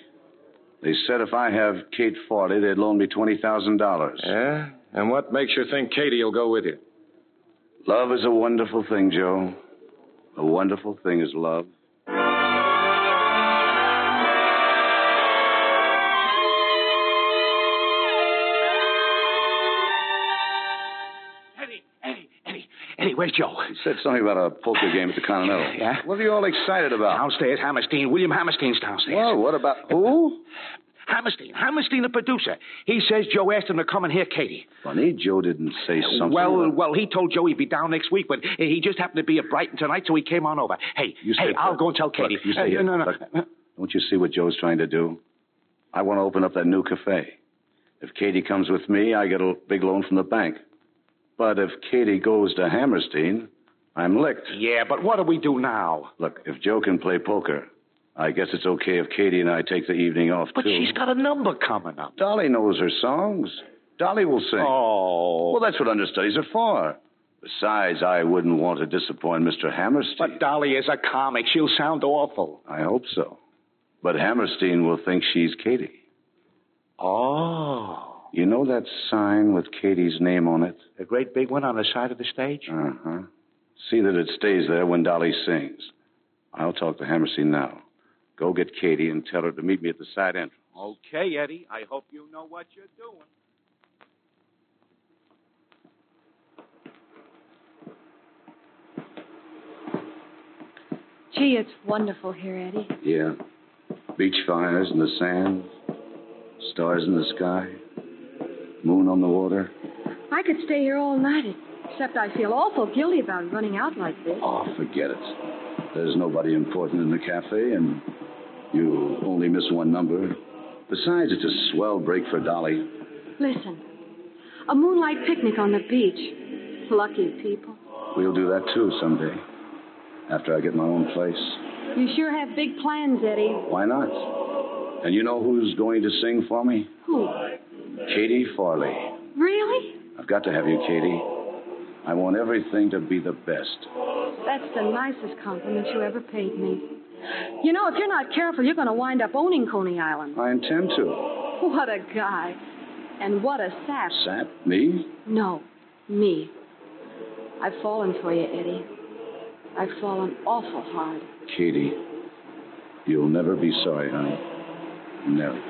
They said if I have Kate Farley, they'd loan me $20,000.
Yeah? And what makes you think Katie will go with you?
Love is a wonderful thing, Joe. A wonderful thing is love.
Eddie, where's Joe?
He said something about a poker game at the Continental.
Yeah?
What are you all excited about?
Downstairs, Hammerstein. William Hammerstein's downstairs.
Well, what about who?
Hammerstein. Hammerstein, the producer. He says Joe asked him to come and hear Katie.
Funny, Joe didn't say something.
well,
about-
well, he told Joe he'd be down next week, but he just happened to be at Brighton tonight, so he came on over. Hey,
You
hey,
stay
I'll
put.
go and tell Katie.
Look, you stay
Uh,
here.
No, no, no.
Look, don't you see what Joe's trying to do? I want to open up that new cafe. If Katie comes with me, I get a big loan from the bank. But if Katie goes to Hammerstein, I'm licked.
Yeah, but what do we do now?
Look, if Joe can play poker, I guess it's okay if Katie and I take the evening off
But
too.
she's got a number coming up.
Dolly knows her songs. Dolly will sing.
Oh.
Well, that's what understudies are for. Besides, I wouldn't want to disappoint Mr. Hammerstein.
But Dolly is a comic. She'll sound awful.
I hope so. But Hammerstein will think she's Katie.
Oh.
You know that sign with Katie's name on it?
The great big one on the side of the stage?
Uh huh. See that it stays there when Dolly sings. I'll talk to Hammerstein now. Go get Katie and tell her to meet me at the side entrance.
Okay, Eddie. I hope you know what you're doing.
Gee, it's wonderful here, Eddie.
Yeah. Beach fires in the sand, stars in the sky, moon on the water.
I could stay here all night, except I feel awful guilty about running out like this.
Oh, forget it. There's nobody important in the cafe, and you only miss one number. Besides, it's a swell break for Dolly.
Listen, a moonlight picnic on the beach. Lucky people.
We'll do that too someday, after I get my own place.
You sure have big plans, Eddie.
Why not? And you know who's going to sing for me?
Who?
Katie Farley.
Really?
I've got to have you, Katie. I want everything to be the best.
That's the nicest compliment you ever paid me. You know, if you're not careful, you're going to wind up owning Coney Island.
I intend to.
What a guy. And what a sap.
Sap? Me?
No, me.
I've fallen for you, Eddie. I've fallen awful hard.
Katie, you'll never be sorry, honey. Never.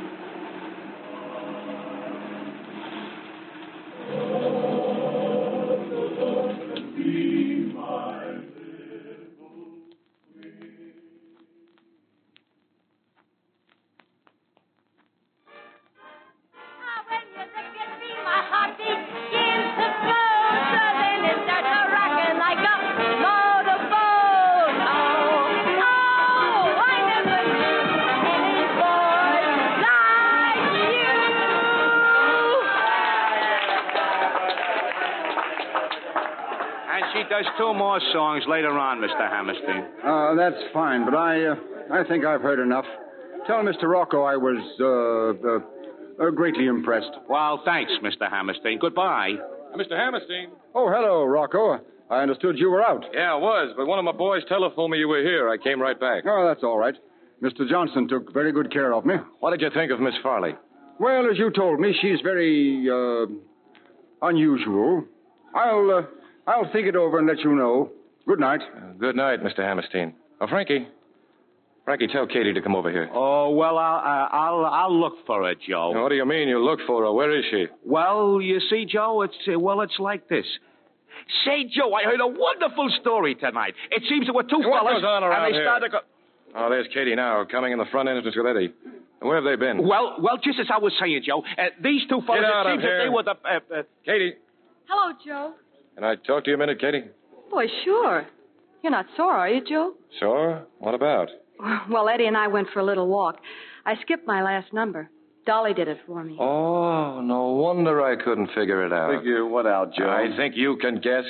And she does two more songs later on, Mr. Hammerstein.
Uh, that's fine, but I, uh, I think I've heard enough. Tell Mr. Rocco I was uh, uh, uh, greatly impressed.
Well, thanks, Mr. Hammerstein. Goodbye.
Uh,
Mr. Hammerstein?
Oh, hello, Rocco. I understood you were out.
Yeah, I was, but one of my boys telephoned me you were here. I came right back.
Oh, that's all right. Mr. Johnson took very good care of me.
What did you think of Miss Farley?
Well, as you told me, she's very uh, unusual. I'll uh, I'll think it over and let you know. Good night.
Good night, Mr. Hammerstein. Oh, Frankie. Frankie, tell Katie to come over here.
Oh, well, I'll, uh, I'll, I'll look for her, Joe.
Now, what do you mean you look for her? Where is she?
Well, you see, Joe, it's uh, well, it's like this. Say, Joe, I heard a wonderful story tonight. It seems there were two
What
fellas,
goes on around
and they
here?
started. go-
Oh, there's Katie now, coming in the front entrance with Eddie. Where have they been?
Well, well, just as I was saying, Joe, uh, these two fellas.
out
it
of
seems that
here.
they were the. Uh, uh,
Katie,
Hello, Joe.
can I talk to you a minute, Katie?
Boy, sure. You're not sore, are you, Joe?
Sure. What about?
Well, Eddie and I went for a little walk. I skipped my last number. Dolly did it for me.
Oh, no wonder I couldn't figure it out.
Figure what out, Joe?
I think you can guess,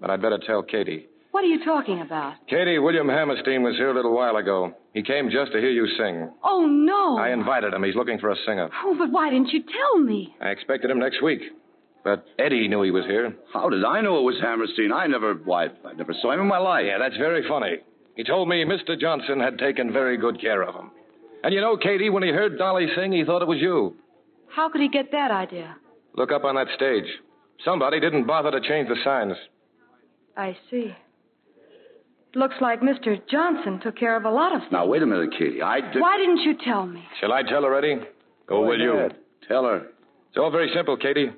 but I'd better tell Katie.
What are you talking about?
Katie, William Hammerstein was here a little while ago. He came just to hear you sing.
Oh, no.
I invited him. He's looking for a singer.
Oh, but why didn't you tell me?
I expected him next week. But Eddie knew he was here.
How did I know it was Hammerstein? I never, why, I never saw him in my life.
Yeah, that's very funny. He told me Mr. Johnson had taken very good care of him. And you know, Katie, when he heard Dolly sing, he thought it was you.
How could he get that idea?
Look up on that stage. Somebody didn't bother to change the signs.
I see. Looks like Mr. Johnson took care of a lot of things.
Now, wait a minute, Katie. I did.
Why didn't you tell me?
Shall I tell her, Eddie? Or will you?
Tell her.
It's all very simple, Katie.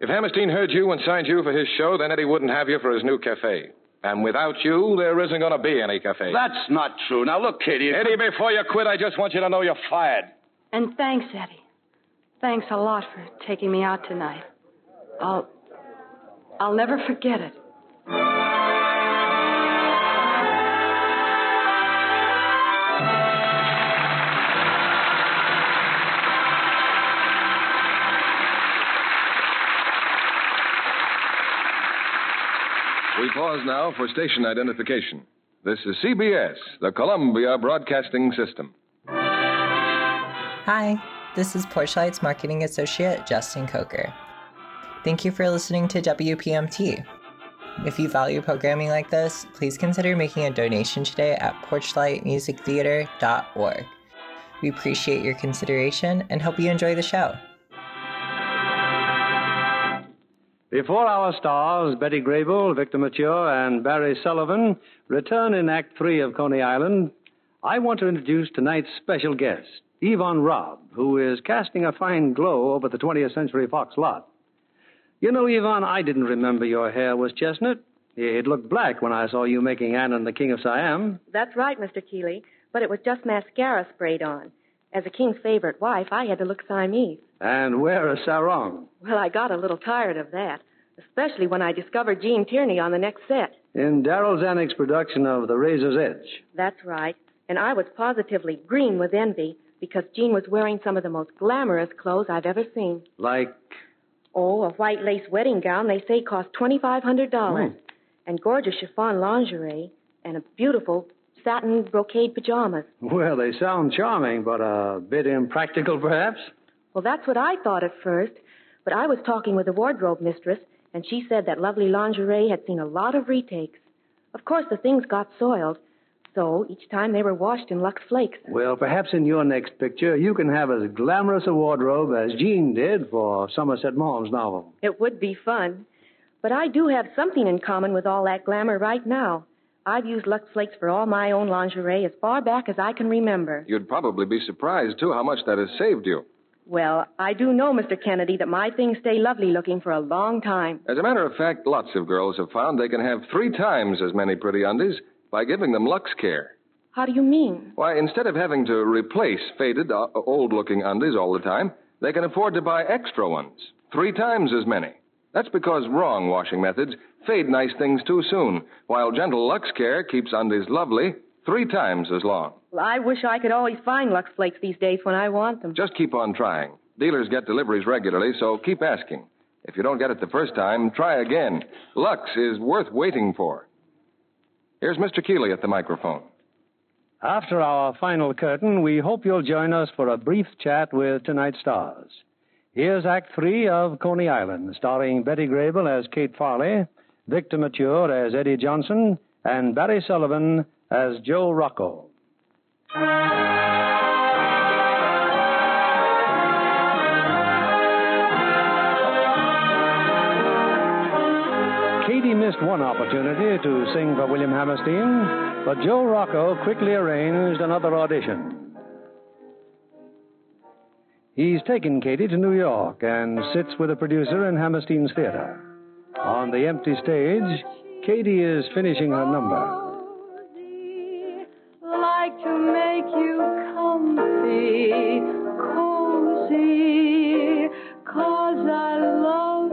If Hammerstein heard you and signed you for his show, then Eddie wouldn't have you for his new cafe. And without you, there isn't going to be any cafe.
That's not true. Now, look, Katie.
Eddie, before you quit, I just want you to know you're fired.
And thanks, Eddie. Thanks a lot for taking me out tonight. I'll. I'll never forget it.
We pause now for station identification. This is CBS, the Columbia Broadcasting System.
Hi, this is Porchlight's marketing associate, Justin Coker. Thank you for listening to WPMT. If you value programming like this, please consider making a donation today at porchlightmusictheater.org. We appreciate your consideration and hope you enjoy the show.
Before our stars, Betty Grable, Victor Mature, and Barry Sullivan return in Act Three of Coney Island, I want to introduce tonight's special guest, Yvonne Robb, who is casting a fine glow over the 20th Century Fox lot. You know, Yvonne, I didn't remember your hair was chestnut. It looked black when I saw you making Anna and the King of Siam.
That's right, Mr. Keeley, but it was just mascara sprayed on. As a king's favorite wife, I had to look Siamese.
And wear a sarong.
Well, I got a little tired of that, especially when I discovered Gene Tierney on the next set.
In Daryl Zanuck's production of The Razor's Edge,
That's right, and I was positively green with envy because Gene was wearing some of the most glamorous clothes I've ever seen.
like
Oh, a white lace wedding gown they say cost $2,500, and gorgeous chiffon lingerie, and a beautiful satin brocade pajamas.
Well, they sound charming, but a bit impractical, perhaps.
Well, that's what I thought at first, but I was talking with the wardrobe mistress, and she said that lovely lingerie had seen a lot of retakes. Of course, the things got soiled, so each time they were washed in Lux Flakes.
Well, perhaps in your next picture, you can have as glamorous a wardrobe as Jean did for Somerset Maugham's novel.
It would be fun. But I do have something in common with all that glamour right now. I've used Lux Flakes for all my own lingerie as far back as I can remember.
You'd probably be surprised, too, how much that has saved you.
Well, I do know, Mr. Kennedy, that my things stay lovely looking for a long time.
As a matter of fact, lots of girls have found they can have three times as many pretty undies by giving them Lux Care.
How do you mean?
Why, instead of having to replace faded, uh, old looking undies all the time, they can afford to buy extra ones, three times as many. That's because wrong washing methods fade nice things too soon, while gentle Lux Care keeps undies lovely three times as long.
Well, I wish I could always find Lux Flakes these days when I want them.
Just keep on trying. Dealers get deliveries regularly, so keep asking. If you don't get it the first time, try again. Lux is worth waiting for. Here's Mr. Keeley at the microphone.
After our final curtain, we hope you'll join us for a brief chat with tonight's stars. Here's Act Three of Coney Island, starring Betty Grable as Kate Farley, Victor Mature as Eddie Johnson, and Barry Sullivan as Joe Rocco. Katie missed one opportunity to sing for William Hammerstein, but Joe Rocco quickly arranged another audition. He's taken Katie to New York and sits with a producer in Hammerstein's theater. On the empty stage, Katie is finishing her number.
like to make you comfy, cozy, cause I love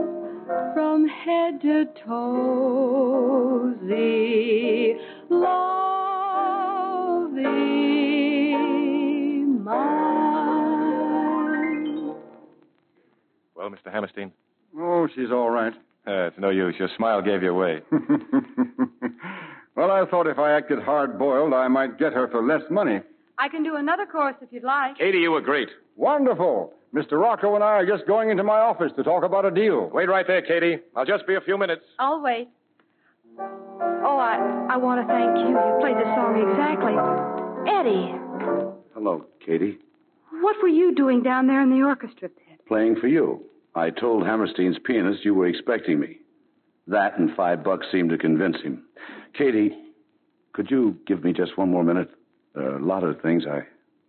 from head to toe. Thee, love thee, mine.
Well, Mr. Hammerstein?
Oh, she's all right.
Uh, it's no use. Your smile gave you away.
Well, I thought if I acted hard boiled, I might get her for less money.
I can do another chorus if you'd like.
Katie, you were great. Wonderful. Mr. Rocco and I are just going into my office to talk about a deal.
Wait right there, Katie. I'll just be a few minutes.
I'll wait. Oh, I, I want to thank you. You played the song exactly. Eddie,
Hello, Katie.
what were you doing down there in the orchestra?
Playing for you. I told Hammerstein's pianist you were expecting me. That and five bucks seemed to convince him. Katie, could you give me just one more minute? There are a lot of things I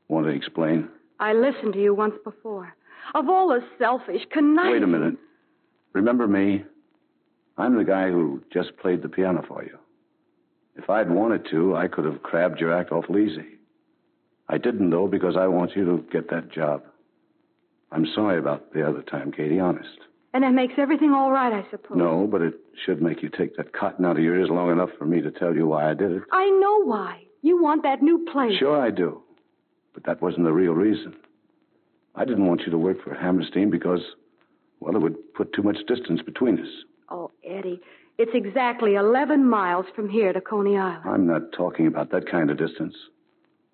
want to explain.
I listened to you once before. Of all the selfish, conniving.
Wait a minute. Remember me? I'm the guy who just played the piano for you. If I'd wanted to, I could have crabbed your act awful easy. I didn't, though, because I want you to get that job. I'm sorry about the other time, Katie, honest.
And that makes everything all right, I suppose.
No, but it should make you take that cotton out of your ears long enough for me to tell you why I did it.
I know why. You want that new place.
Sure, I do. But that wasn't the real reason. I didn't want you to work for Hammerstein because, well, it would put too much distance between us.
Oh, Eddie, it's exactly 11 miles from here to Coney Island.
I'm not talking about that kind of distance.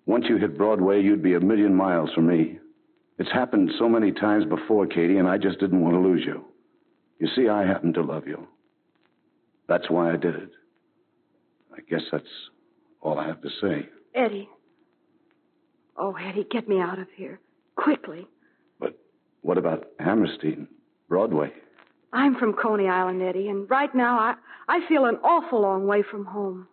Once you hit Broadway, you'd be a million miles from me. It's happened so many times before, Katie, and I just didn't want to lose you. You see, I happen to love you. That's why I did it. I guess that's all I have to say.
Eddie. Oh, Eddie, get me out of here. Quickly.
What about Hammerstein? Broadway?
I'm from Coney Island, Eddie, and right now I, I feel an awful long way from home.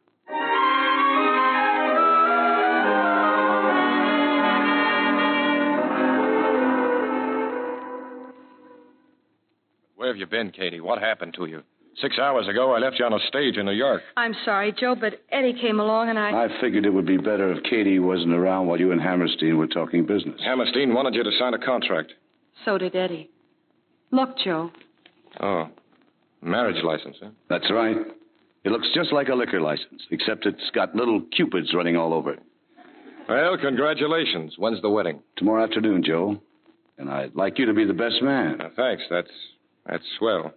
Where have you been, Katie? What happened to you? Six hours ago, I left you on a stage in New York.
I'm sorry, Joe, but Eddie came along and I.
I figured it would be better if Katie wasn't around while you and Hammerstein were talking business.
Hammerstein wanted you to sign a contract.
So did Eddie. Look, Joe,
Oh. Marriage license, huh?
That's right. It looks just like a liquor license, except it's got little cupids running all over it.
Well, congratulations. When's the wedding?
Tomorrow afternoon, Joe. And I'd like you to be the best man.
Uh, thanks. That's that's swell.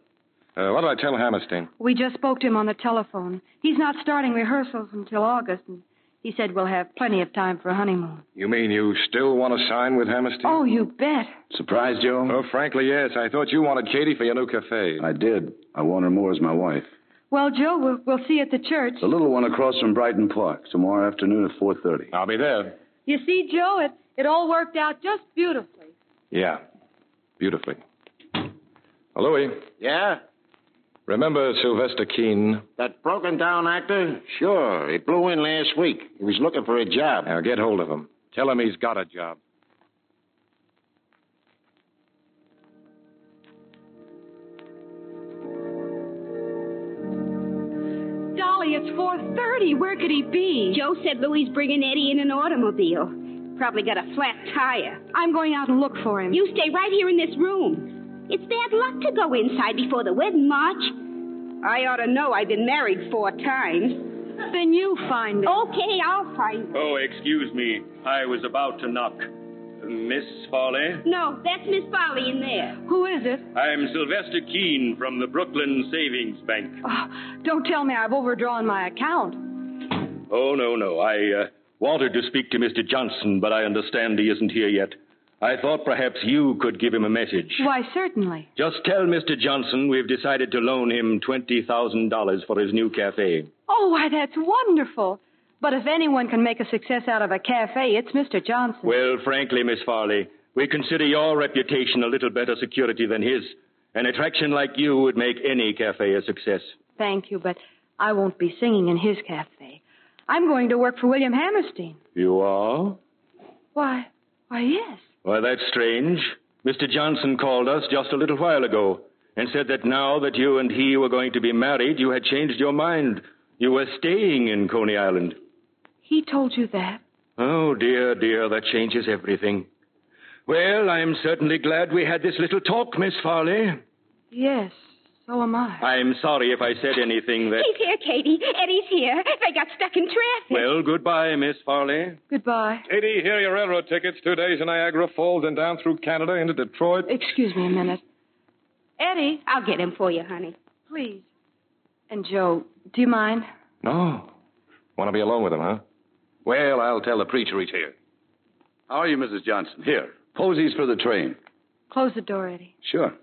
Uh, what did I tell Hammerstein?
we just spoke to him on the telephone. He's not starting rehearsals until August, and he said we'll have plenty of time for a honeymoon.
You mean you still want to sign with Hammerstein?
Oh, you bet.
Surprised, Joe?
Oh, frankly, yes. I thought you wanted Katie
Oh,
for your new cafe.
I did. I want her more as my wife.
Well, Joe, we'll, we'll see you at the church.
The little one across from Brighton Park tomorrow afternoon at 4:30.
I'll be there.
You see, Joe, it, it all worked out just beautifully.
Yeah. Beautifully. Well, Louis,
Yeah?
Remember Sylvester Keene?
That broken down actor? Sure. He blew in last week. He was looking for a job.
Now get hold of him. Tell him he's got a job.
Dolly, it's 4.30. Where could he be? Joe said Louie's bringing Eddie in an automobile. Probably got a flat tire. I'm going out and look for him. You stay right here in this room. It's bad luck to go inside before the wedding march. I ought to know. I've been married four times. Then you find him. Okay, I'll find him.
Oh, excuse me. I was about to knock. Miss Farley?
No, that's Miss Folly in there. Who is it?
I'm Sylvester Keene from the Brooklyn Savings Bank.
Ah, Don't tell me I've overdrawn my account.
Oh, no, no. I uh, wanted to speak to Mr. Johnson, but I understand he isn't here yet. I thought perhaps you could give him a message.
Why, certainly.
Just tell Mr. Johnson we've decided to loan him $20,000 for his new cafe.
Oh, why, that's wonderful. But if anyone can make a success out of a cafe, it's Mr. Johnson.
Well, frankly, Miss Farley, we consider your reputation a little better security than his. An attraction like you would make any cafe a success.
Thank you, but I won't be singing in his cafe. I'm going to work for William Hammerstein.
You are?
Why, why, yes.
Why, that's strange. Mr. Johnson called us just a little while ago and said that now that you and he were going to be married, you had changed your mind. You were staying in Coney Island.
He told you that.
Oh, dear, dear, that changes everything. Well, I'm certainly glad we had this little talk, Miss Farley.
Yes, so am I.
I'm sorry if I said anything that.
He's here, Katie. Eddie's here. They got stuck in traffic.
Well, goodbye, Miss Farley.
Goodbye.
Katie, here are your railroad tickets. Two days in Niagara Falls and down through Canada into Detroit.
Excuse me a minute. Eddie,
I'll get him for you, honey.
Please. And Joe, do you mind?
No. Want to be alone with him, huh?
Well, I'll tell the preacher he's here. How are you, Mrs. Johnson? Here. Posies for the train.
Close the door, Eddie.
Sure.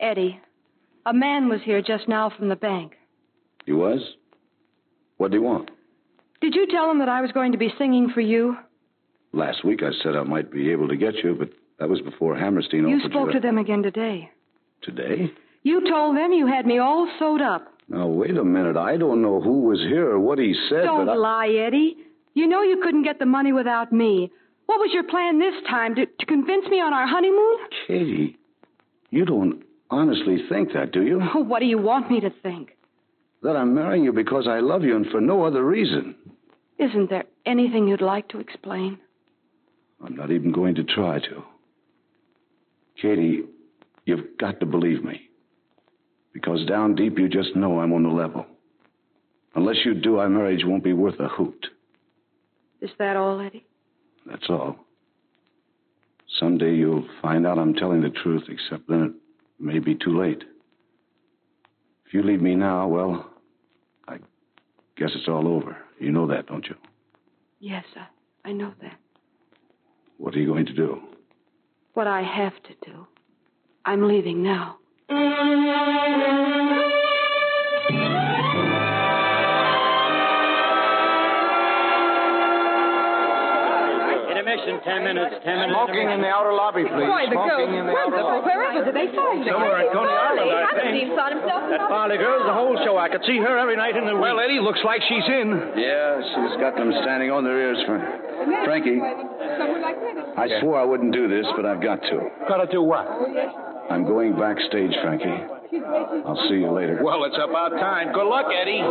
Eddie, a man was here just now from the bank.
He was? What do you want?
Did you tell him that I was going to be singing for you?
Last week I said I might be able to get you, but that was before Hammerstein
you
offered
spoke
you
to them again today.
to today.
You told them you had me all sewed up.
Now wait a minute. I don't know who was here or what he said,
Don't
but I...
lie, Eddie. You know you couldn't get the money without me. What was your plan this time? To, to convince me on our honeymoon?
Katie, you don't honestly think that, do you?
Oh, what do you want me to think?
That I'm marrying you because I love you and for no other reason.
Isn't there anything you'd like to explain?
I'm not even going to try to. Katie, you've got to believe me. Because down deep, you just know I'm on the level. Unless you do, our marriage won't be worth a hoot.
Is that all, Eddie?
That's all. Someday you'll find out I'm telling the truth, except then it may be too late. If you leave me now, well, I guess it's all over. You know that, don't you?
Yes, I, I know that.
What are you going to do?
What I have to do. I'm leaving now.
Intermission, ten minutes, ten minutes.
Smoking in the outer lobby, please.
Boy, the girl's
Smoking in the outer
wonderful.
lobby.
Wherever did they find her?
Somewhere in Coney Island, I
Harley.
think.
Aberdeen found himself That another- Farley girl's the whole show. I could see her every night in the week.
Well, Eddie, looks like she's in.
Yeah, she's got them standing on their ears for. Frankie. I
Yeah.
swore I wouldn't do this, but I've got to.
Gotta do
uh,
what?
I'm going backstage, Frankie. I'll see you later.
Well, it's about time. Good luck, Eddie.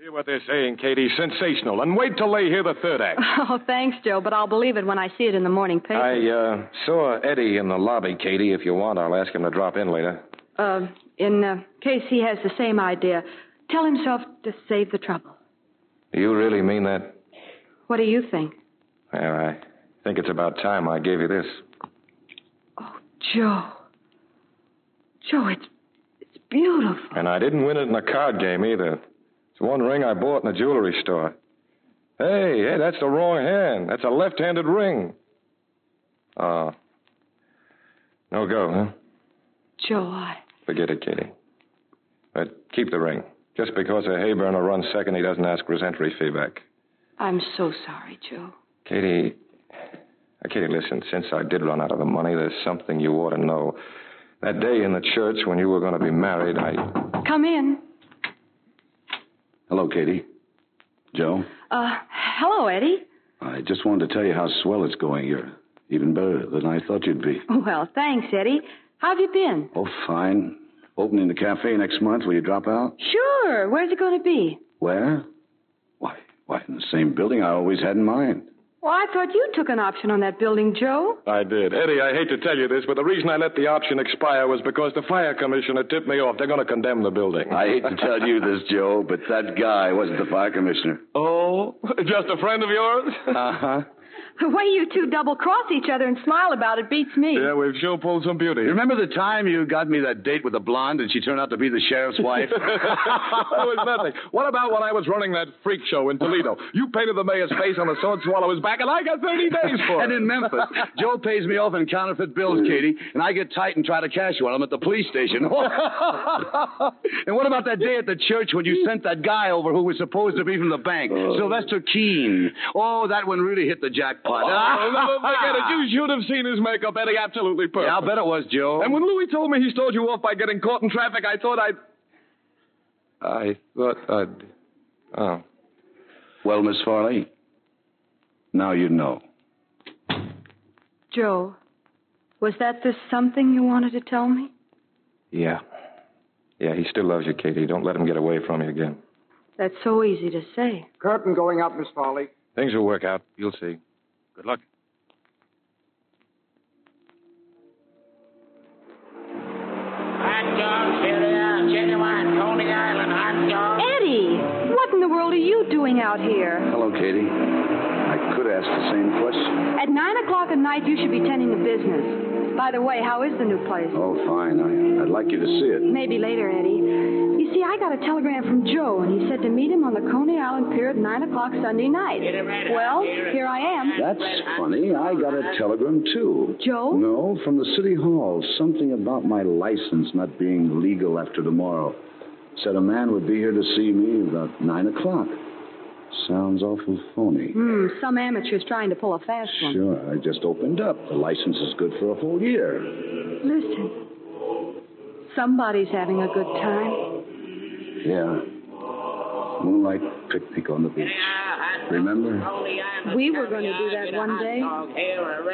Hear what they're saying, Katie. Sensational. And wait till they hear the third act.
Oh, thanks, Joe, but I'll believe it when I see it in the morning paper.
I uh, saw Eddie in the lobby, Katie. If you want, I'll ask him to drop in later.
Uh, in uh, case he has the same idea, tell himself to save the trouble.
Do you really mean that?
What do you think?
Well, I think it's about time I gave you this.
Joe. Joe, it's, it's beautiful.
And I didn't win it in a card game either. It's one ring I bought in a jewelry store. Hey, hey, that's the wrong hand. That's a left handed ring. Oh. No go, huh?
Joe, I.
Forget it, Katie. But keep the ring. Just because a hay burner runs second, he doesn't ask resentry fee back.
I'm so sorry, Joe.
Katie, uh, Katie, listen, since I did run out of the money, there's something you ought to know. That day in the church when you were going to be married, I.
Come in.
Hello, Katie. Joe,
Uh, hello, Eddie.
I just wanted to tell you how swell it's going here. Even better than I thought you'd be.
Well, thanks, Eddie. How've you been?
Oh, fine. Opening the cafe next month. Will you drop out?
Sure. Where's it going to be?
Where? Why, why, in the same building I always had in mind.
Well, I thought you took an option on that building, Joe.
I did. Eddie, I hate to tell you this, but the reason I let the option expire was because the fire commissioner tipped me off. They're going to condemn the building.
I hate to tell you this, Joe, but that guy wasn't the fire commissioner.
Oh, just a friend of yours?
Uh-huh.
The way you two double cross each other and smile about it beats me.
we've sure pulled some beauty. Remember the time you got me that date with the blonde and she turned out to be the sheriff's wife?
that was nothing. What about when I was running that freak show in Toledo? You painted the mayor's face on the sword swallower's back, and I got 30 days for it.
and in Memphis, Joe pays me off in counterfeit bills, Mm. Katie, and I get tight and try to cash one. I'm at the police station. and what about that day at the church when you sent that guy over who was supposed to be from the bank, Sylvester Keene? Oh, that one really hit the jackpot.
Oh, I'll never forget it. You should have seen his makeup, Eddie. Absolutely perfect.
Yeah, I'll bet it was, Joe.
And when Louis told me he stalled you off by getting caught in traffic, I thought I'd.
I thought I'd. Oh.
Well, Miss Farley, now you know.
Joe, was that the something you wanted to tell me?
Yeah. Yeah, he still loves you, Katie. Don't let him get away from you again.
That's so easy to say.
Curtain going up, Miss Farley.
Things will work out. You'll see.
Good luck.
Hot dogs, here they are. Genuine Coney Island hot dogs.
Eddie, what in the world are you doing out here?
Hello, Katie. I could ask the same question.
At nine o'clock at night, you should be tending to business. By the way, how is the new place?
Oh, fine. I, I'd like you to see it.
Maybe later, Eddie. You see, I got a telegram from Joe, and he said to meet him on the Coney Island Pier at 9 o'clock Sunday night. Well, here I am.
That's funny. I got a telegram, too.
Joe?
No, from the city hall. Something about my license not being legal after tomorrow. Said a man would be here to see me about 9 o'clock. Sounds awful phony.
Hmm, some amateur's trying to pull a fast one.
Sure, I just opened up. The license is good for a whole year.
Listen, somebody's having a good time.
Yeah. Moonlight picnic on the beach. Remember?
We were going to do that one day.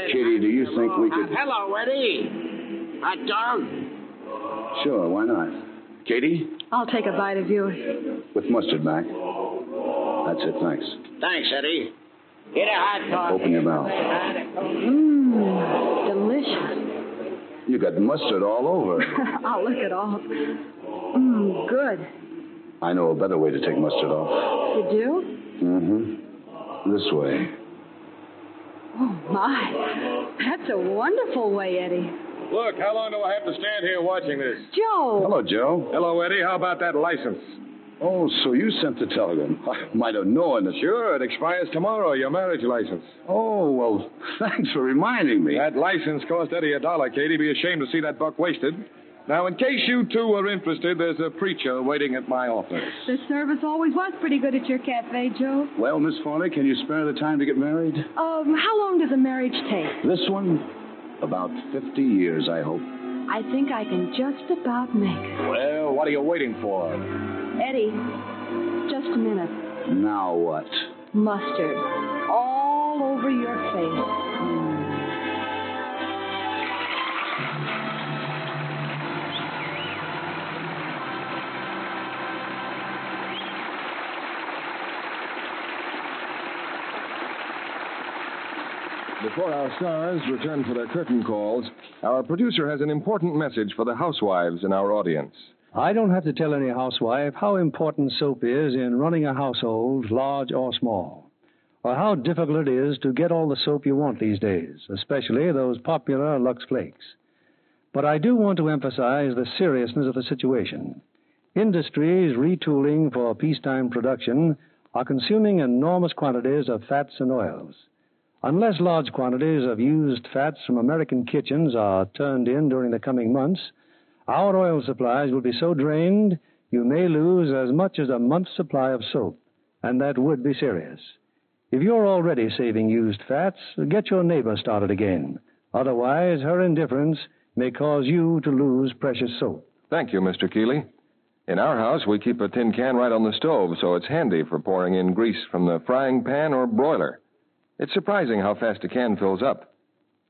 Kitty, do you think we could.
Hello, Eddie. Hot dog?
Sure, why not? Katie?
I'll take a bite of yours.
With mustard, Mac. That's it, thanks.
Thanks, Eddie. Get a hot dog.
Open your mouth.
Mmm, delicious.
You got mustard all over.
I'll lick it off. Mmm, good.
I know a better way to take mustard off.
You do?
Mm-hmm. This way.
Oh, my. That's a wonderful way, Eddie.
Look, how long do I have to stand here watching this?
Joe!
Hello, Joe.
Hello, Eddie. How about that license?
Oh, so you sent the telegram. I might have known it.
Sure, it expires tomorrow, your marriage license.
Oh, well, thanks for reminding me.
That license cost Eddie a dollar, Katie. Be ashamed to see that buck wasted. Now, in case you two are interested, there's a preacher waiting at my office.
The service always was pretty good at your cafe, Joe.
Well, Miss Farley, can you spare the time to get married?
Um, how long does a marriage take?
This one? About 50 years, I hope.
I think I can just about make it.
Well, what are you waiting for?
Eddie, just a minute.
Now what?
Mustard all over your face.
Before our stars return for their curtain calls,
Our producer has an important message for the housewives in our audience.
I don't have to tell any housewife how important soap is in running a household, large or small, or how difficult it is to get all the soap you want these days, especially those popular Lux Flakes. But I do want to emphasize the seriousness of the situation. Industries retooling for peacetime production are consuming enormous quantities of fats and oils. Unless large quantities of used fats from American kitchens are turned in during the coming months, our oil supplies will be so drained you may lose as much as a month's supply of soap, and that would be serious. If you're already saving used fats, get your neighbor started again. Otherwise, her indifference may cause you to lose precious soap.
Thank you, Mr. Keeley. In our house, we keep a tin can right on the stove, so it's handy for pouring in grease from the frying pan or broiler. It's surprising how fast a can fills up.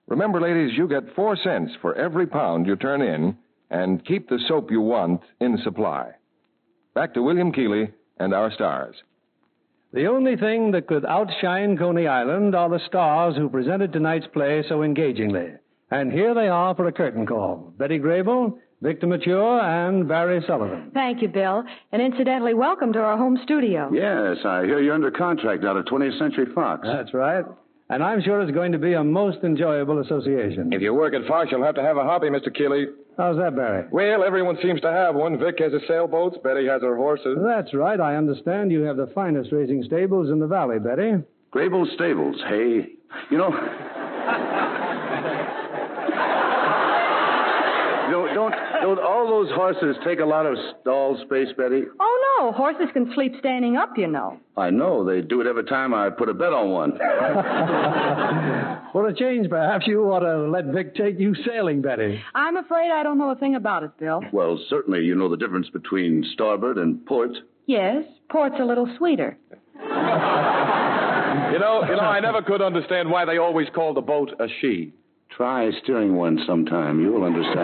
Remember, ladies, you get four cents for every pound you turn in, and keep the soap you want in supply. Back to William Keeley and our stars.
The only thing that could outshine Coney Island are the stars who presented tonight's play so engagingly. And here they are for a curtain call Betty Grable, Victor Mature, and Barry Sullivan.
Thank you, Bill. And incidentally, welcome to our home studio.
Yes, I hear you're under contract out of 20th Century Fox.
That's right. And I'm sure it's going to be a most enjoyable association.
If you work at Fox, you'll have to have a hobby, Mr. Keeley.
How's that, Barry?
Well, everyone seems to have one. Vic has his sailboats, Betty has her horses.
That's right. I understand you have the finest racing stables in the valley, Betty.
Grable Stables, hey. You know. don't, don't, don't all those horses take a lot of stall space, Betty?
Oh, no. Horses can sleep standing up, you know.
I know. They do it every time I put a bet on one.
For a change, perhaps you ought to let Vic take you sailing, Betty.
I'm afraid I don't know a thing about it, Bill.
well, certainly you know the difference between starboard and port.
Yes, port's a little sweeter.
You know, you know, I never could understand why they always call the boat a she.
Try steering one sometime. You'll understand.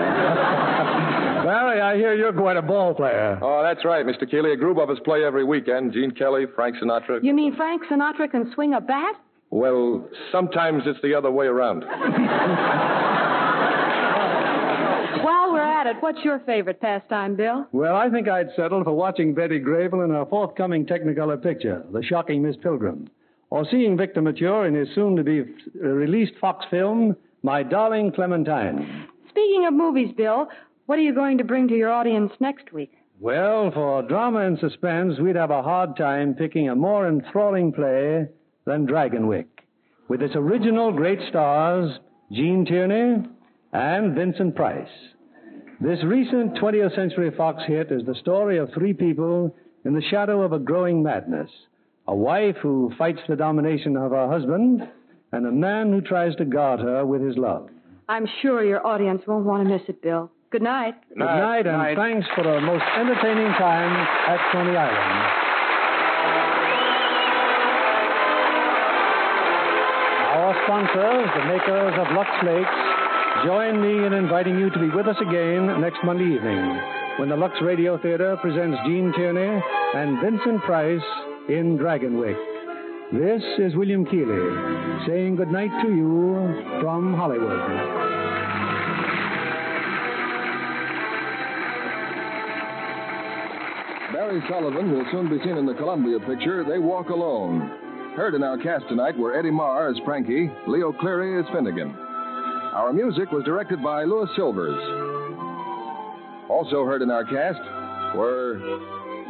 Barry, I hear you're quite a ball player.
Oh, that's right, Mr. Keeley. A group of us play every weekend. Gene Kelly, Frank Sinatra.
You mean Frank Sinatra can swing a bat?
Well, sometimes it's the other way around.
While we're at it, what's your favorite pastime, Bill?
Well, I think I'd settle for watching Betty Grable in her forthcoming Technicolor picture, The Shocking Miss Pilgrim, or seeing Victor Mature in his soon to be released Fox film, My Darling Clementine.
Speaking of movies, Bill, what are you going to bring to your audience next week?
Well, for drama and suspense, we'd have a hard time picking a more enthralling play than Dragonwick, with its original great stars, Gene Tierney and Vincent Price. This recent 20th Century Fox hit is the story of three people in the shadow of a growing madness a wife who fights the domination of her husband, and a man who tries to guard her with his love.
I'm sure your audience won't want to miss it, Bill. Good night.
Good night, and thanks for a most entertaining time at Coney Island. Our sponsors, the makers of Lux Flakes, join me in inviting you to be with us again next Monday evening when the Lux Radio Theater presents Gene Tierney and Vincent Price in Dragonwick. This is William Keeley saying good night to you from Hollywood.
Barry Sullivan will soon be seen in the Columbia picture, They Walk Alone. Heard in our cast tonight were Eddie Marr as Frankie, Leo Cleary as Finnegan. Our music was directed by Louis Silvers. Also heard in our cast were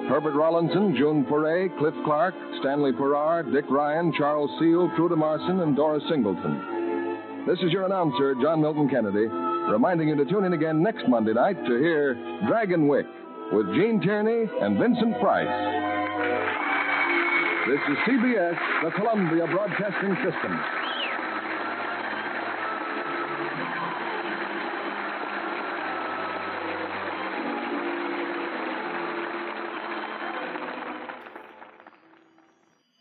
Herbert Rollinson, June Foray, Cliff Clark, Stanley Farrar, Dick Ryan, Charles Seal, Truda Marson, and Doris Singleton. This is your announcer, John Milton Kennedy, reminding you to tune in again next Monday night to hear Dragon Wick with Gene Tierney and Vincent Price. This is CBS, the Columbia Broadcasting System.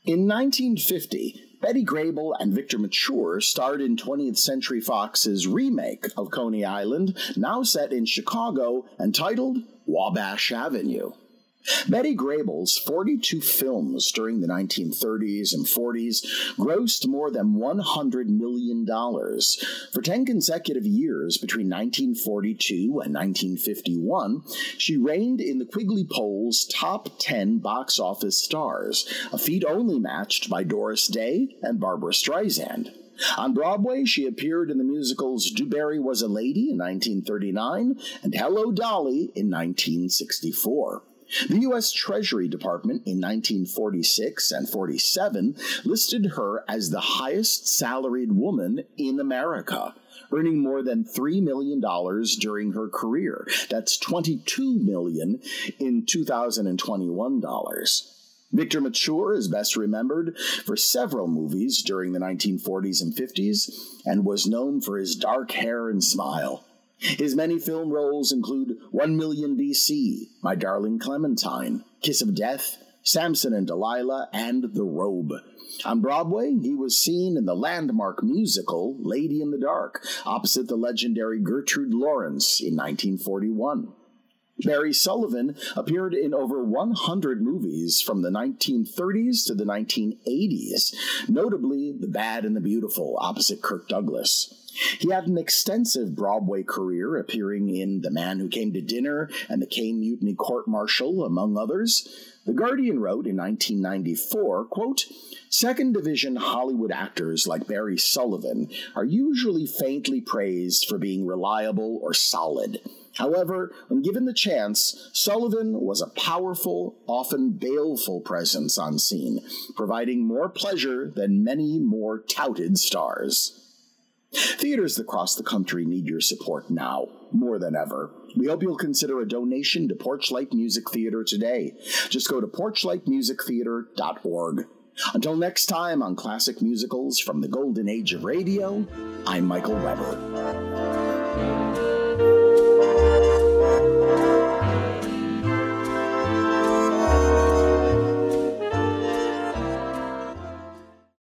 In 1950, Betty Grable and Victor Mature starred in 20th Century Fox's remake of Coney Island, now set in Chicago and titled Wabash Avenue. Betty Grable's 42 films during the 1930s and 40s grossed more than $100 million. For 10 consecutive years between 1942 and 1951, she reigned in the Quigley Poll's top 10 box office stars, a feat only matched by Doris Day and Barbara Streisand. On Broadway, she appeared in the musicals Dewberry Was a Lady in 1939 and Hello Dolly in 1964. The U.S. Treasury Department in 1946 and 47 listed her as the highest salaried woman in America, earning more than $3 million during her career. That's $22 million in 2021 dollars. Victor Mature is best remembered for several movies during the 1940s and 50s and was known for his dark hair and smile. His many film roles include 1 Million BC, My Darling Clementine, Kiss of Death, Samson and Delilah, and The Robe. On Broadway, he was seen in the landmark musical Lady in the Dark, opposite the legendary Gertrude Lawrence in 1941. Barry Sullivan appeared in over 100 movies from the 1930s to the 1980s, notably The Bad and the Beautiful, opposite Kirk Douglas. He had an extensive Broadway career, appearing in The Man Who Came to Dinner and The Kane Mutiny Court Martial, among others. The Guardian wrote in 1994, quote, Second division Hollywood actors like Barry Sullivan are usually faintly praised for being reliable or solid. However, when given the chance, Sullivan was a powerful, often baleful presence on scene, providing more pleasure than many more touted stars. Theaters across the country need your support now, more than ever. We hope you'll consider a donation to Porchlight Music Theater today. Just go to porchlightmusictheater.org. Until next time on classic musicals from the golden age of radio, I'm Michael Weber.